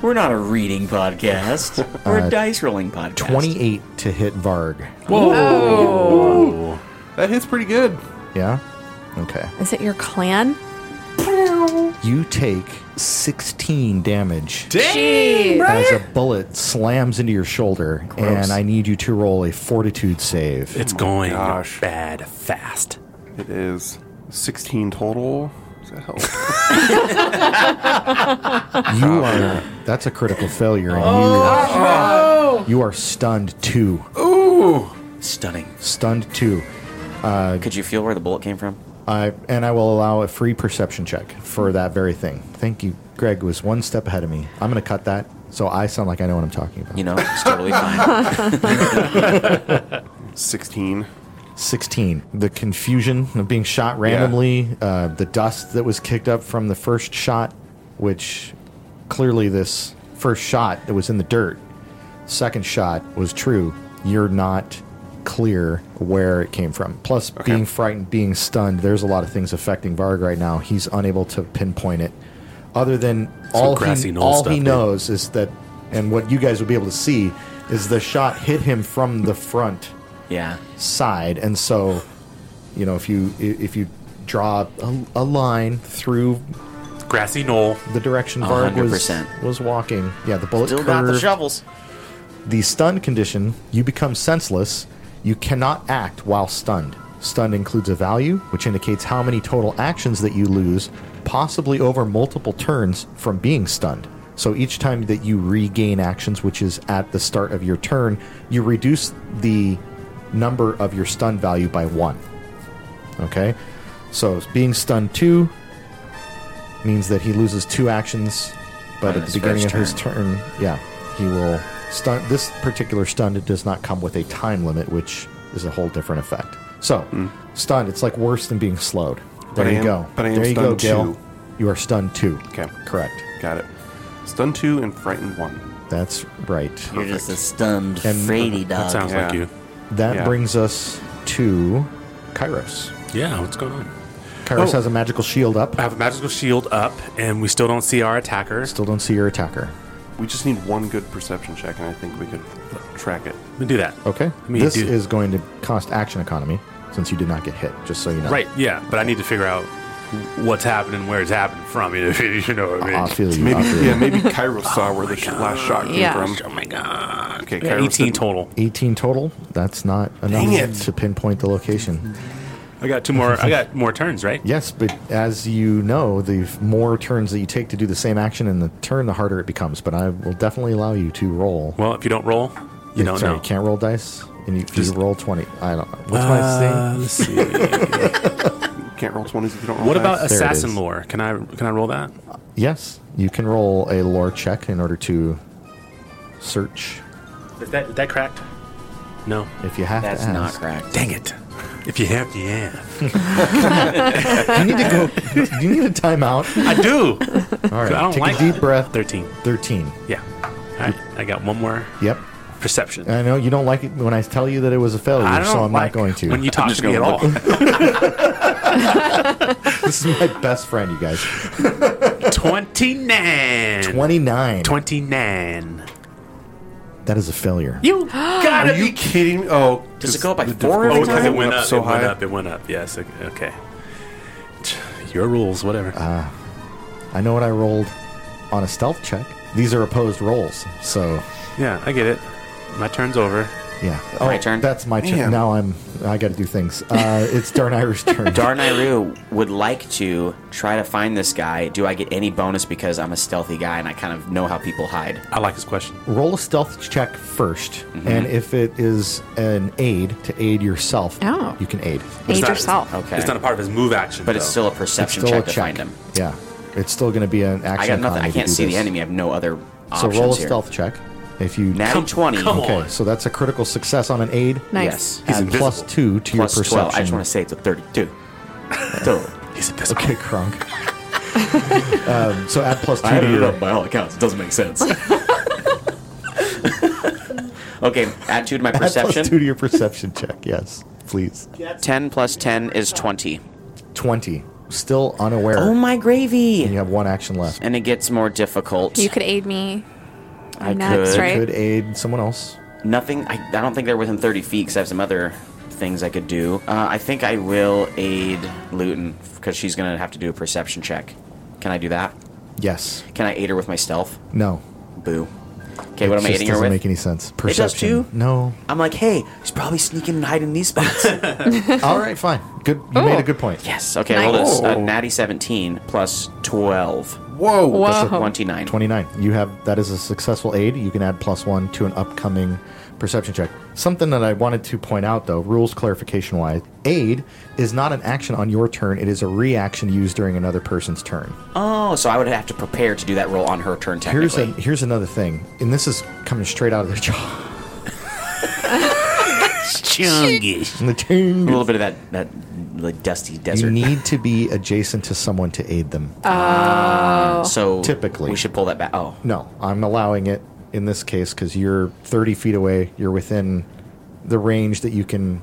We're not a reading podcast. We're a dice rolling podcast. 28 to hit Varg. That hits pretty good. Yeah? Okay. Is it your clan? You take 16 damage Jeez. as a bullet slams into your shoulder, and I need you to roll a fortitude save. It's going gosh. bad fast. It is 16 total. Does that help? You are that's a critical failure, and you, you are stunned two. Stunning. Stunned two. Could you feel where the bullet came from? I and I will allow a free perception check for that very thing. Thank you, Greg. Was one step ahead of me. I'm going to cut that, so I sound like I know what I'm talking about. You know, it's totally fine. 16. 16. The confusion of being shot randomly, uh, the dust that was kicked up from the first shot, which clearly this first shot that was in the dirt, second shot was true. You're not clear where it came from. Plus, being frightened, being stunned, there's a lot of things affecting Varg right now. He's unable to pinpoint it. Other than all, grassy he, knoll all stuff, he dude. knows is that, and what you guys would be able to see, is the shot hit him from the front Yeah. side and so you know if you i- if you draw a, a line through Grassy knoll. the direction Varg was 100%. was walking yeah the bullet Still got the curved. shovels. the stun condition you become senseless you cannot act while stunned stunned includes a value which indicates how many total actions that you lose possibly over multiple turns from being stunned so each time that you regain actions which is at the start of your turn you reduce the number of your stun value by 1 okay so being stunned 2 means that he loses two actions but On at his the beginning of first his turn yeah he will stun this particular stun it does not come with a time limit which is a whole different effect so stunned it's like worse than being slowed there I you am- go Hmm. but I am there you go stunned Gil. two. you are stunned two Okay. correct Got it. Stun 2 and Frightened 1. that's right You're just a stunned, And- fraidy dog. That sounds yeah. like you. that Yeah. brings us to kairos Yeah, what's going on? kairos Oh. has a magical shield up Uh, I have a magical shield up, and we still don't see our attacker. still don't see your attacker We just need one good perception check, and I think we could track it. We do that. okay I mean, this do- is going to cost action economy since you did not get hit just so you know Right, yeah, but I need to figure out what's happening, where it's happening from. You know, if you know what I mean. i feel you Maybe, I feel you. yeah, maybe Kairos saw where the sh- last shot came Yeah. from. Oh my god. Okay, Yeah, Kairos 18 didn't- total. 18 total. That's not Dang it. enough to pinpoint the location. I got two more. I got more turns, right? Yes, but as you know, the f- more turns that you take to do the same action in the turn, the harder it becomes. But I will definitely allow you to roll. Well, if you don't roll, you don't Sorry, know. you can't roll dice. And you, if you Just- roll 20. I don't know. What's Uh, my thing? let's see. Can't roll 20s if you don't roll What dice. about There it assassin is. lore? Can I can I roll that? Yes, you can roll a lore check in order to search Is that is that cracked? No. if you have That's to. not Ask. correct. Dang it. If you have, yeah. You need to go. do you need a timeout? I do. All right. I don't take like a deep that. breath. 13. 13. Yeah. All right. I got one more Yep. perception. I know you don't like it when I tell you that it was a failure, I don't so I'm like not going to. When you talk just to me at gonna all. This is my best friend, you guys. 29. 29. 29. That is a failure. You gotta be kidding! Oh, does it go up by four Oh, every because time? it went up. So it went high. up. It went up. Yes. Okay. Your rules, whatever. Uh, I know what I rolled on a stealth check. These are opposed rolls, so Yeah, I get it. My turn's over. yeah. Oh, My turn. That's my Man. turn. Now I'm. I got to do things. Uh, it's Darnire's turn. Darnayru would like to try to find this guy. Do I get any bonus because I'm a stealthy guy and I kind of know how people hide? I like his question. Roll a stealth check 1st Mhm. and if it is an aid to aid yourself, Oh. you can aid. Aid yourself. Okay. It's not a part of his move action. But it's though. still a perception Still check a to find him. Yeah, it's still going to be an action. I got nothing. economy I to can't do see the this. enemy. I have no other So options roll a here. stealth check. If you Natty Come- 20. come okay, on. so that's a critical success on an aid. Nice. Yes. He's Add plus invisible. two to Plus your 12. perception. I just want to say it's a 32. So he's invisible. Okay, Kronk. um, so add plus two I to added it your up by all accounts. It doesn't make sense. okay, add two to my add plus perception. two to your perception check. Yes, please. 10 plus 10 is 20. Twenty. Still unaware. Oh my gravy! You have one action left. And it gets more difficult. You could aid me. I next, could. right? Could aid someone else. Nothing. I, I don't think they're within 30 feet because I have some other things I could do. Uh, I think I will aid Luton because she's going to have to do a perception check. Can I do that? Yes. Can I aid her with my stealth? No. Boo. Okay, It what am I just aiding her doesn't with? make any sense. It does Perception. too? No. I'm like, hey, he's probably sneaking and hiding in these spots. All right, fine. Good. You made a good point. yes. Okay, roll this. Uh, Nice. natty 17 plus 12. Whoa. That's a Whoa. 29. 29. You have that is a successful aid. You can add plus one to an upcoming perception check. Something that I wanted to point out, though, rules clarification wise, aid is not an action on your turn. It is a reaction used during another person's turn. Oh, so I would have to prepare to do that roll on her turn Here's technically. a, here's another thing, and this is coming straight out of the jaw. Chungus. From the tongue. A little bit of that, that like dusty desert. You need to be adjacent to someone to aid them. Uh, so Typically. we should pull that back. Oh, No, I'm allowing it in this case because you're 30 feet away. You're within the range that you can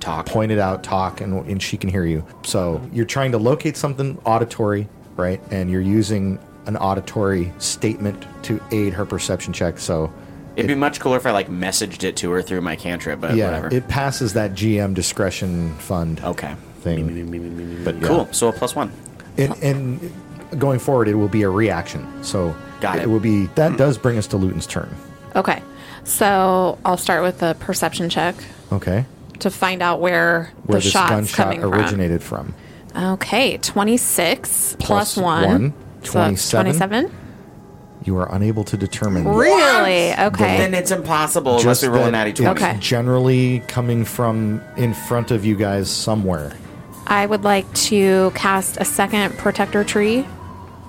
talk. point it out, talk, and, and she can hear you. So you're trying to locate something auditory, right? And you're using an auditory statement to aid her perception check. So It'd be much cooler if I like messaged it to her through my cantrip, but yeah, whatever. it passes that GM discretion fund okay. thing. but yeah. Cool. So a plus one. And, and going forward, it will be a reaction. So Got it. Mm. will be that does bring us to Luton's turn. Okay. So I'll start with the perception check Okay. to find out where, Where the this shot's gunshot coming originated from. from. Okay. 26 plus, Plus one. one, So that's 27. 27. You are unable to determine. Really? Okay. Then it's impossible unless we roll a that natty it's 20. Okay. Generally coming from in front of you guys somewhere. I would like to cast a second protector tree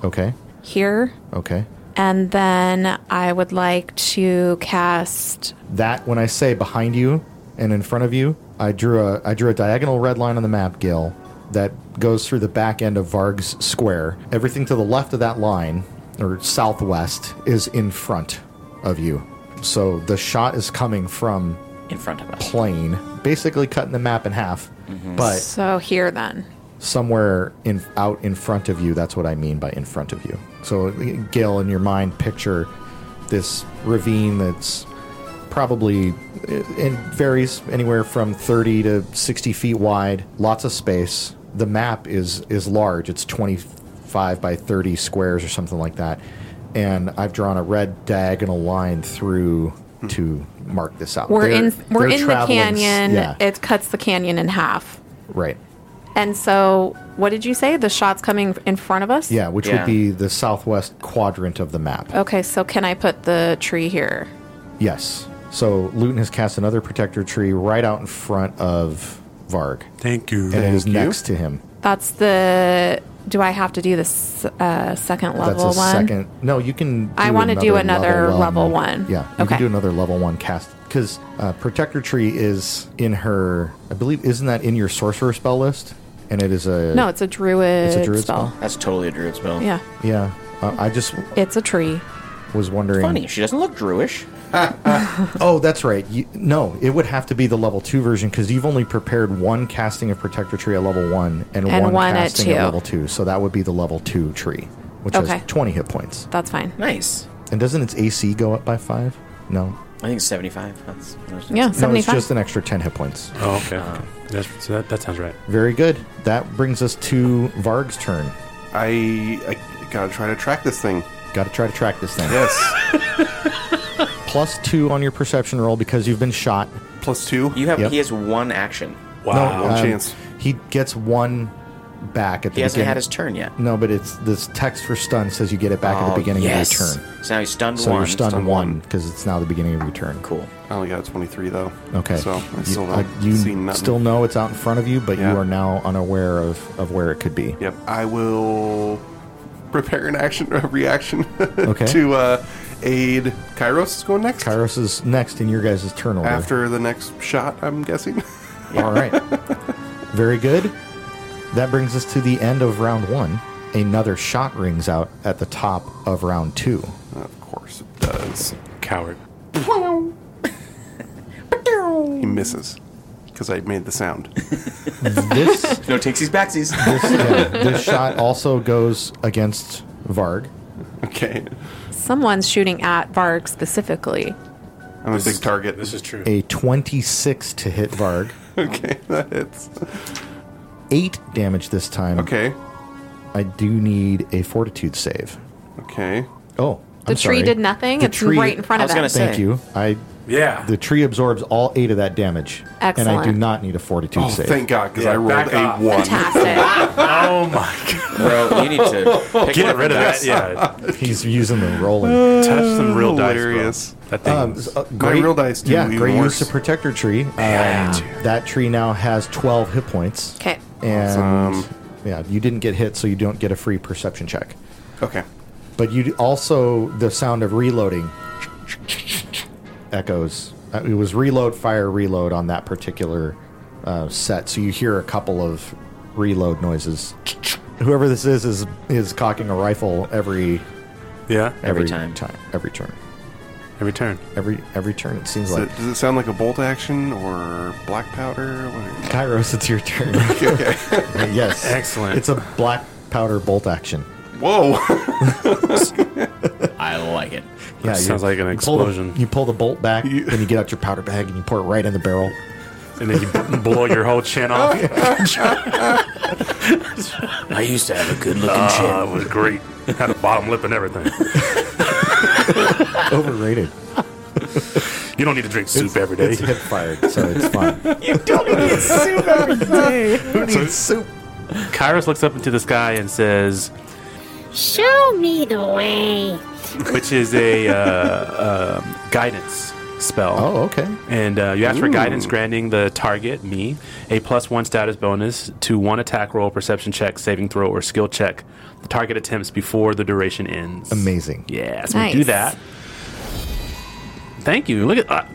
Okay. here. Okay. And then I would like to cast. That when I say behind you and in front of you, I drew a I drew a diagonal red line on the map, Gil, that goes through the back end of Varg's square. Everything to the left of that line or southwest is in front of you. So the shot is coming from In front of us. plane, basically cutting the map in half, but So here then. somewhere in out in front of you. That's what I mean by in front of you. So, Gail, in your mind, picture this ravine that's probably it, it varies anywhere from 30 to 60 feet wide. Lots of space. The map is is large. It's 25 by 30 squares or something like that. And I've drawn a red diagonal line through to mark this out. We're They're- in we're they're in the traveling s- canyon. Yeah, It cuts the canyon in half. right. And so what did you say? The shot's coming in front of us? Yeah, which Yeah. would be the southwest quadrant of the map. Okay, so can I put the tree here? Yes. So Luton has cast another protector tree right out in front of Varg, Thank you. and it is you. next to him. That's the. Do I have to do this uh, second level That's a one? second. No, you can. Do I wanna do another level um, one. Yeah, you Okay. can do another level one cast because uh, protector tree is in her. I believe isn't that in your sorcerer spell list? And it is a No, it's a druid, It's a druid spell. spell? That's totally a druid spell. Yeah, yeah. Uh, I just it's a tree. was wondering. Funny. She doesn't look druish. Oh, that's right. You, no, it would have to be the level two version because you've only prepared one casting of Protector Tree at level one and, And one, one at casting at, two. level two. So that would be the level two tree, which Okay. has 20 hit points. That's fine. Nice. And doesn't its AC go up by five? No. I think it's 75. That's Yeah, No, it's 75. just an extra 10 hit points. Oh, okay. okay. That's, so that, that sounds right. Very good. That brings us to Varg's turn. I, I gotta try to track this thing. Got to try to track this thing. Yes. Plus two on your perception roll because you've been shot. Plus two. You have Yep. he has one action. Wow. One um, chance. He gets one back at the He hasn't beginning. had his turn yet. Oh, no, but it's this text for stun says you get it back at the beginning of your turn. So now he's stunned So one. you're stunned, stunned one one. because it's now the beginning of your turn. Cool. I only got a 23, though. Okay. So I You- still uh, don't you see nothing. still know it's out in front of you, but Yeah. you are now unaware of, of where it could be. Yep. I will prepare an action, a reaction Okay. to uh, aid Kairos is going next. Kairos is next in your guys' turn order. After the next shot, I'm guessing. All right. Very good. That brings us to the end of round one. Another shot rings out at the top of round two. of course it does. Coward. He misses because I made the sound. This, No takesies backsies. yeah, this shot also goes against Varg. Okay. Someone's shooting at Varg specifically. I'm a big target. This is true. A 26 to hit Varg. okay. That hits. Eight damage this time. Okay. I do need a fortitude save. Okay. Oh, The I'm tree sorry. did nothing. The it's tree- right in front I of was gonna them. say- Thank you. I Yeah. the tree absorbs all eight of that damage, and I do Excellent. not need a fortitude Oh, save. thank God because Yeah, I rolled back a off. one. Fantastic. oh my god. Bro, you need to pick Get up rid the of that. dice. Yeah. He's using the rolling. Touch some real dice. Hilarious. Bro. That thing. Um, is- s- uh, My real dice do Yeah, even great worse. use of protector tree. Um, that tree now has twelve hit points. 'Kay. And yeah, you didn't get hit, so you don't get a free perception check. Okay. But you d- also the sound of reloading echoes. Uh, It was reload, fire, reload on that particular uh, set, so you hear a couple of reload noises. Whoever this is is is cocking a rifle every uh, yeah. Every time. every turn, Every turn. every every turn. It seems Does like it, does it sound like a bolt action or black powder? What- Kairos, it's your turn. Okay. yes, Excellent. It's a black powder bolt action. Whoa. I like it. Yeah, you- sounds like an you pull the- explosion. you pull the bolt back, You- then you get out your powder bag and you pour it right in the barrel. And then you b- blow your whole chin Oh, off. I used to have a good looking Ah, it was great. Had a bottom lip and everything. Overrated. You don't need to drink soup every day. It's hip fired, so it's fine. Kairos looks up into the sky and says, Show me the way. which is a uh, um guidance spell. Oh, okay. And uh, you ask for guidance granting the target, me, a plus one status bonus to one attack roll, perception check, saving throw, or skill check the target attempts before the duration ends. Amazing. Yeah, so Nice. we do that. Thank you. Look at uh,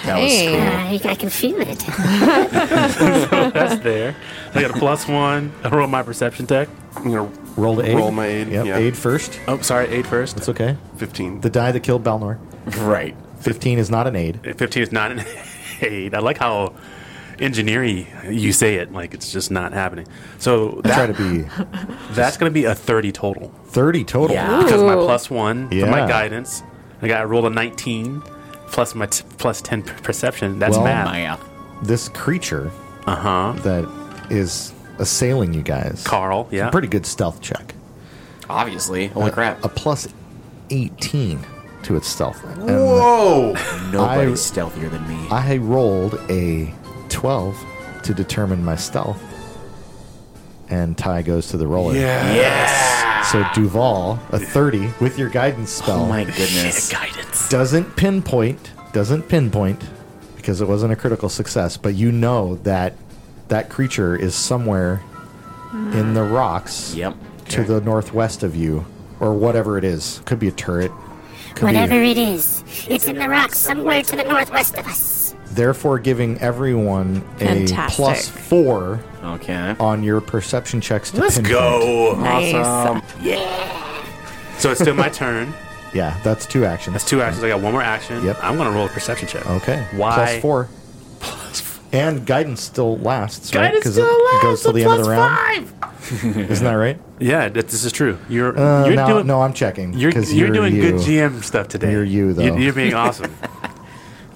Hey. I, Uh, I can feel it. that's there. I got a plus one. I roll my perception check. I'm gonna Roll to aid. Roll my aid. Yep, yeah. aid first. Oh, sorry, eight first. It's okay. 15. The die that killed Balnor. Right. 15 is not an aid. Fifteen is not an eight. I like how engineering you say it. Like it's just not happening. So I try that, to be that's going to be a thirty total. 30 total. Yeah. because of my Ooh. plus one for my Yeah. guidance. I got I rolled a nineteen, plus my t- plus ten per- perception. That's Well, math. My This creature Uh huh. that is assailing you guys. Carl. Yeah. Pretty good stealth check. Obviously. Holy crap. Uh, A plus 18 to its stealth. And Whoa. Nobody's I- stealthier than me. I rolled a 12 to determine my stealth. And Ty goes to the roller. yeah. yes. So Duval, a 30 with your guidance spell. Oh my goodness. guidance. doesn't pinpoint doesn't pinpoint because it wasn't a critical success but you know that that creature is somewhere in the rocks Yep. to the northwest of you or whatever it is could be a turret could Whatever be it is, it's in the rocks somewhere to the northwest of us. therefore giving everyone a Fantastic. plus 4 Okay. on your perception checks to Let's pinpoint. go. Nice. So it's still my turn. yeah that's two actions That's two actions. I got one more action. Yep. Oh. I'm gonna roll a perception check. okay Why? plus 4 and guidance still lasts right Guidance it still goes to the end of the round isn't that right Yeah, that, this is true. You're Uh, you're no, doing no, I'm checking. you're, 'cause you're, doing you. good GM stuff today. You're you, though. You're, being awesome.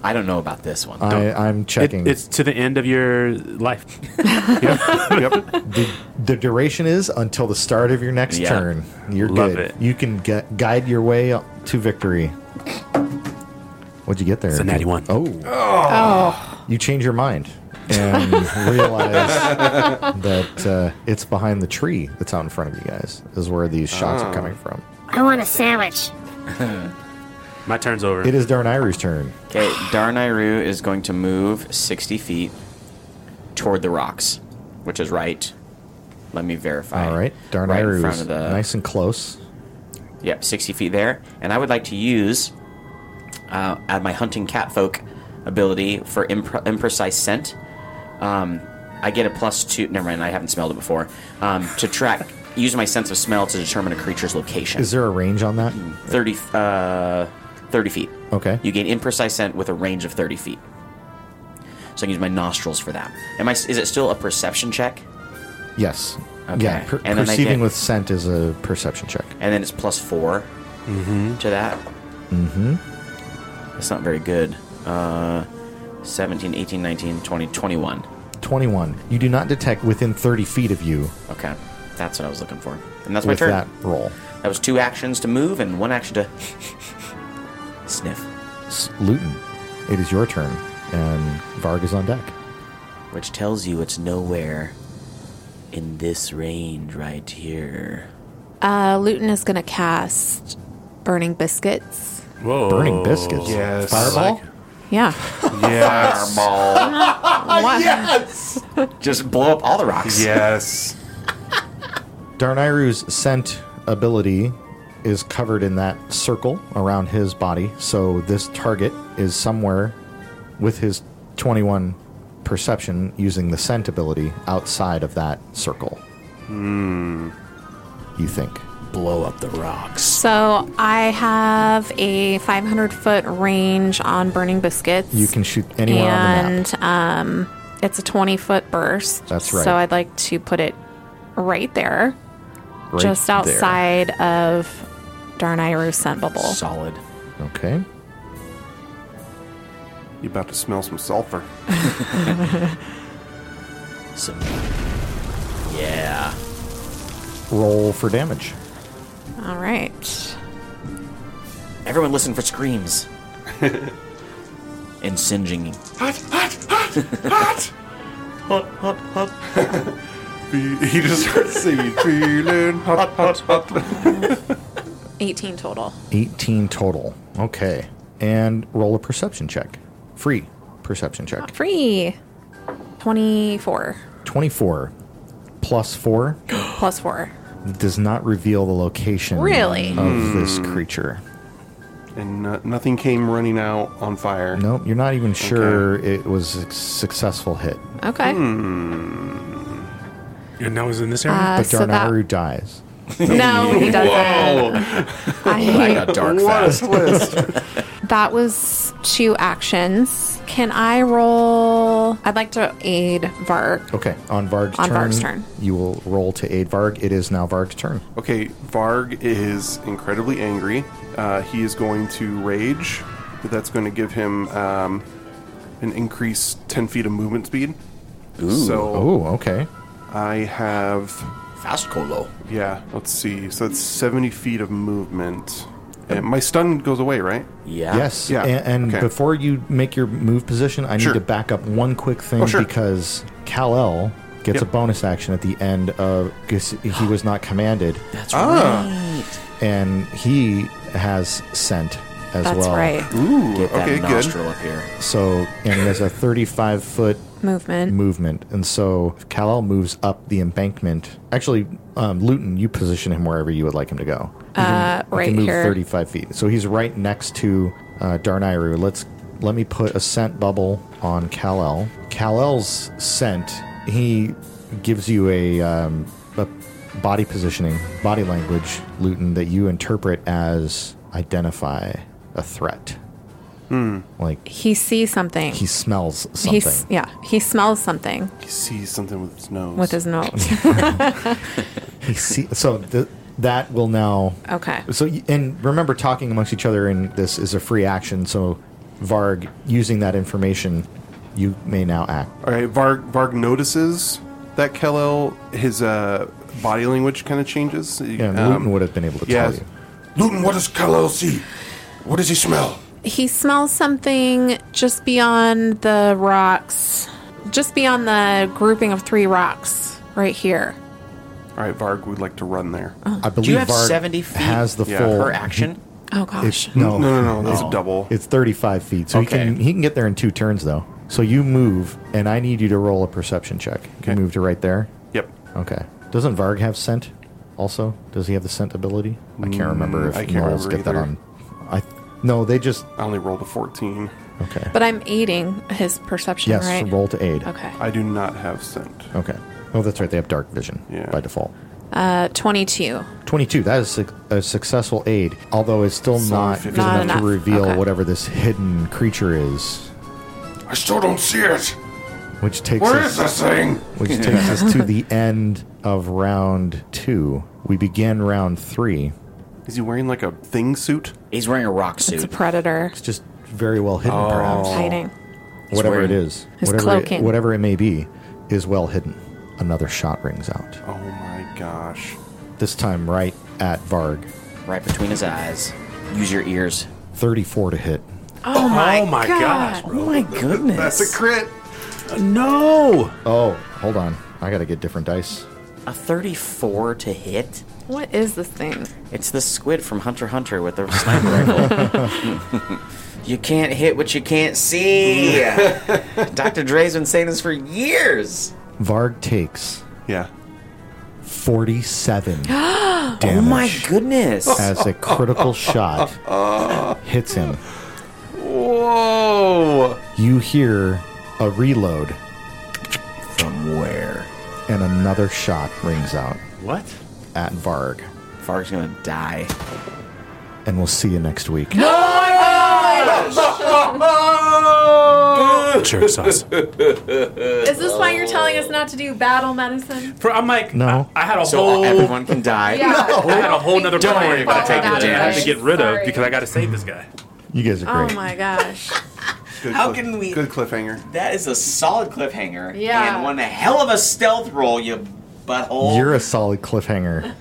I don't know about this one. I, I'm checking. It's to the end of your life. the, the duration is until the start of your next Yeah. turn. You're Love good. it. You can gu- guide your way up to victory. What'd you get there? It's a 91. Oh. Oh. You change your mind and realize that uh, it's behind the tree that's out in front of you guys, is where these shots Oh. are coming from. I want a sandwich. My turn's over. It is Darnayru's turn. Okay, Darnayru is going to move 60 feet toward the rocks, which is right. Let me verify. All right. Right in Darnayru front is of the. nice and close. Yep, 60 feet there. And I would like to use uh, at my hunting catfolk ability for impre- imprecise scent. Um, I get a plus two. Never mind, I haven't smelled it before. Um, to track, use my sense of smell to determine a creature's location. Is there a range on that? 30, uh, 30 feet. Okay. You gain imprecise scent with a range of 30 feet. So I can use my nostrils for that. Am I, is it still a perception check? Yes. Okay. Yeah. Per- And then I perceiving get- with scent is a perception check. And then it's plus 4 to that. Mm-hmm. That's not very good. Uh, 17, 18, 19, 20, 21. 21. You do not detect within 30 feet of you. Okay. That's what I was looking for. And that's my with turn. that roll. That was two actions to move and one action to sniff. S- Luton, it is your turn, and Varg is on deck. Which tells you it's nowhere in this range right here. Uh, Luton is going to cast Burning Biscuits. Whoa. Burning biscuits. Yes. Fireball? Yeah. Yes. Fireball. What? yes. Just blow up all the rocks. Yes. Darnayru's scent ability is covered in that circle around his body, so this target is somewhere with his 21 perception using the scent ability outside of that circle. Hmm. You think. Blow up the rocks. So I have a 500 foot range on Burning Biscuits. You can shoot anywhere on the map. and, um, it's a 20 foot burst. That's right. So I'd like to put it right there, Right just there. outside of Darnayru's scent bubble. Solid. Okay. You about to smell some sulfur? Some. Yeah. Roll for damage. All right. Everyone listen for screams. and singeing. Hot, hot, hot, hot. Hot, hot, hot. He just starts singing, feeling hot, hot, hot. 18 total. 18 total. Okay. And roll a perception check. Free perception check. Free. 24 24 plus 4 plus 4. does not reveal the location Really? of this creature. And uh, nothing came running out on fire. Nope, you're not even sure it was a successful hit. Okay. And that was in this Uh, but so that- Darnaru dies. No, he doesn't. I- dark fast. That was two actions. Can I roll? I'd like to aid Varg. Okay, on Varg's, On turn, Varg's turn. you will roll to aid Varg. It is now Varg's turn. Okay, Varg is incredibly angry. Uh, he is going to rage, but that's going to give him um, an increase 10 feet of movement speed. So Oh, okay. I have, Fast Colo. yeah, let's see. So that's 70 feet of movement. And my stun goes away, right? Yeah. Yes. Yeah, a- And, okay. before you make your move position, I need Sure. to back up one quick thing Oh, sure. because Kal El gets a bonus action at the end of because he was not commanded, That's and he has scent as That's well. right. Ooh, right. Get that okay, good. nostril up here. So and he has a 35 foot Movement. movement, and so Kal El moves up the embankment. Actually, um, Luton, you position him wherever you would like him to go. Uh, I right can move here. 35 feet. So he's right next to uh, Darnayru. Let's let me put a scent bubble on Kal-El. Kal-El's scent, he gives you a, um, a body positioning, body language, Luton, that you interpret as identify a threat. Like He sees something. he smells something. He s- yeah. He smells something He sees something with his nose. with his nose. He see- so th- that will now okay. So, y- and remember, talking amongst each other in this is a free action. So, Varg, using that information, you may now act. All right, Varg, Varg notices that Kellel, his uh, body language kind of changes. Yeah, and Luton would have been able to Um, yeah. tell you. Luton, what does Kal-El see? What does he smell? He smells something just beyond the rocks, just beyond the grouping of three rocks right here. All right, Varg would like to run there. I believe Do you have Varg 70 feet has the Yeah. full per action? Oh It's, gosh. no, No, no, no, that's it's- double. It's 35 feet, so Okay. he can he can get there in two turns though. So you move, and I need you to roll a perception check. You move to right there. Yep. Okay. Doesn't Varg have scent? Also, does he have the scent ability? I can't remember if Mm, I I can't remember get that either. on. I no, they just I only rolled a 14. okay. But I'm aiding his perception, yes, right? roll to aid. Okay. I do not have scent. Okay. Oh, that's right. They have dark vision Yeah. by default. Uh, 22. 22. That is su- a successful aid, although it's still not good enough, Not enough. to reveal Okay. whatever this hidden creature is, I still don't see it. which takes Where us is this thing? which takes us to the end of round 2. We begin round 3. Is he wearing like a thing suit? He's wearing a rock suit. It's a predator. It's just very well hidden perhaps. Hiding. whatever wearing it is. his Whatever it, cloaking. whatever it may be is well hidden. Another shot rings out. Oh my gosh. This time right at Varg. right between his eyes. Use your ears. 34 to hit. Oh my, Oh my gosh, God. Oh my goodness. That's a crit. No! Oh, hold on. I got to get different dice. A 34 to hit? What is this thing? It's the squid from Hunter x Hunter with the sniper rifle. you can't hit what you can't see. Dr. Dre's been saying this for years. Varg takes Yeah. 47 damage Oh my goodness. as a critical shot hits him. Whoa. You hear a reload from where? And another shot rings out What? at Varg. Varg's gonna die. And we'll see you next week. Jerk sauce. Is this why you're telling us not to do battle medicine? For- I'm like, No. I, I had a So uh, Oh. whole. everyone can die. I had a whole nother Don't plan worry about that taking I had to damage. get rid Sorry. of because I got to save this guy. You guys are Oh great. my gosh. Good How can we- Good cliffhanger. That is a solid cliffhanger. Yeah. And one hell of a stealth roll, you butthole. You're a solid cliffhanger.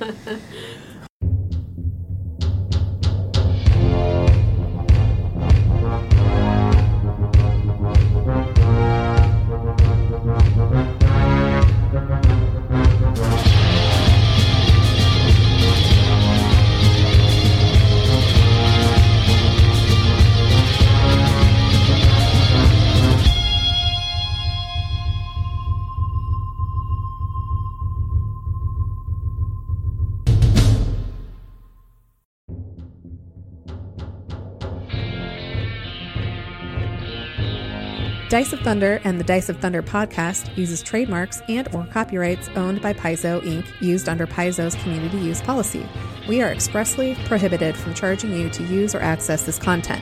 Dice of Thunder and the Dice of Thunder podcast uses trademarks and or copyrights owned by Paizo Inc. used under Paizo's community use policy. We are expressly prohibited from charging you to use or access this content.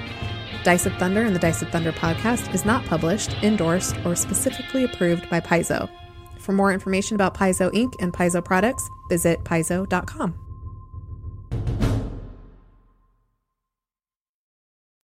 Dice of Thunder and the Dice of Thunder podcast is not published, endorsed, or specifically approved by Paizo. For more information about Paizo Inc. and Paizo products, visit paizo.com.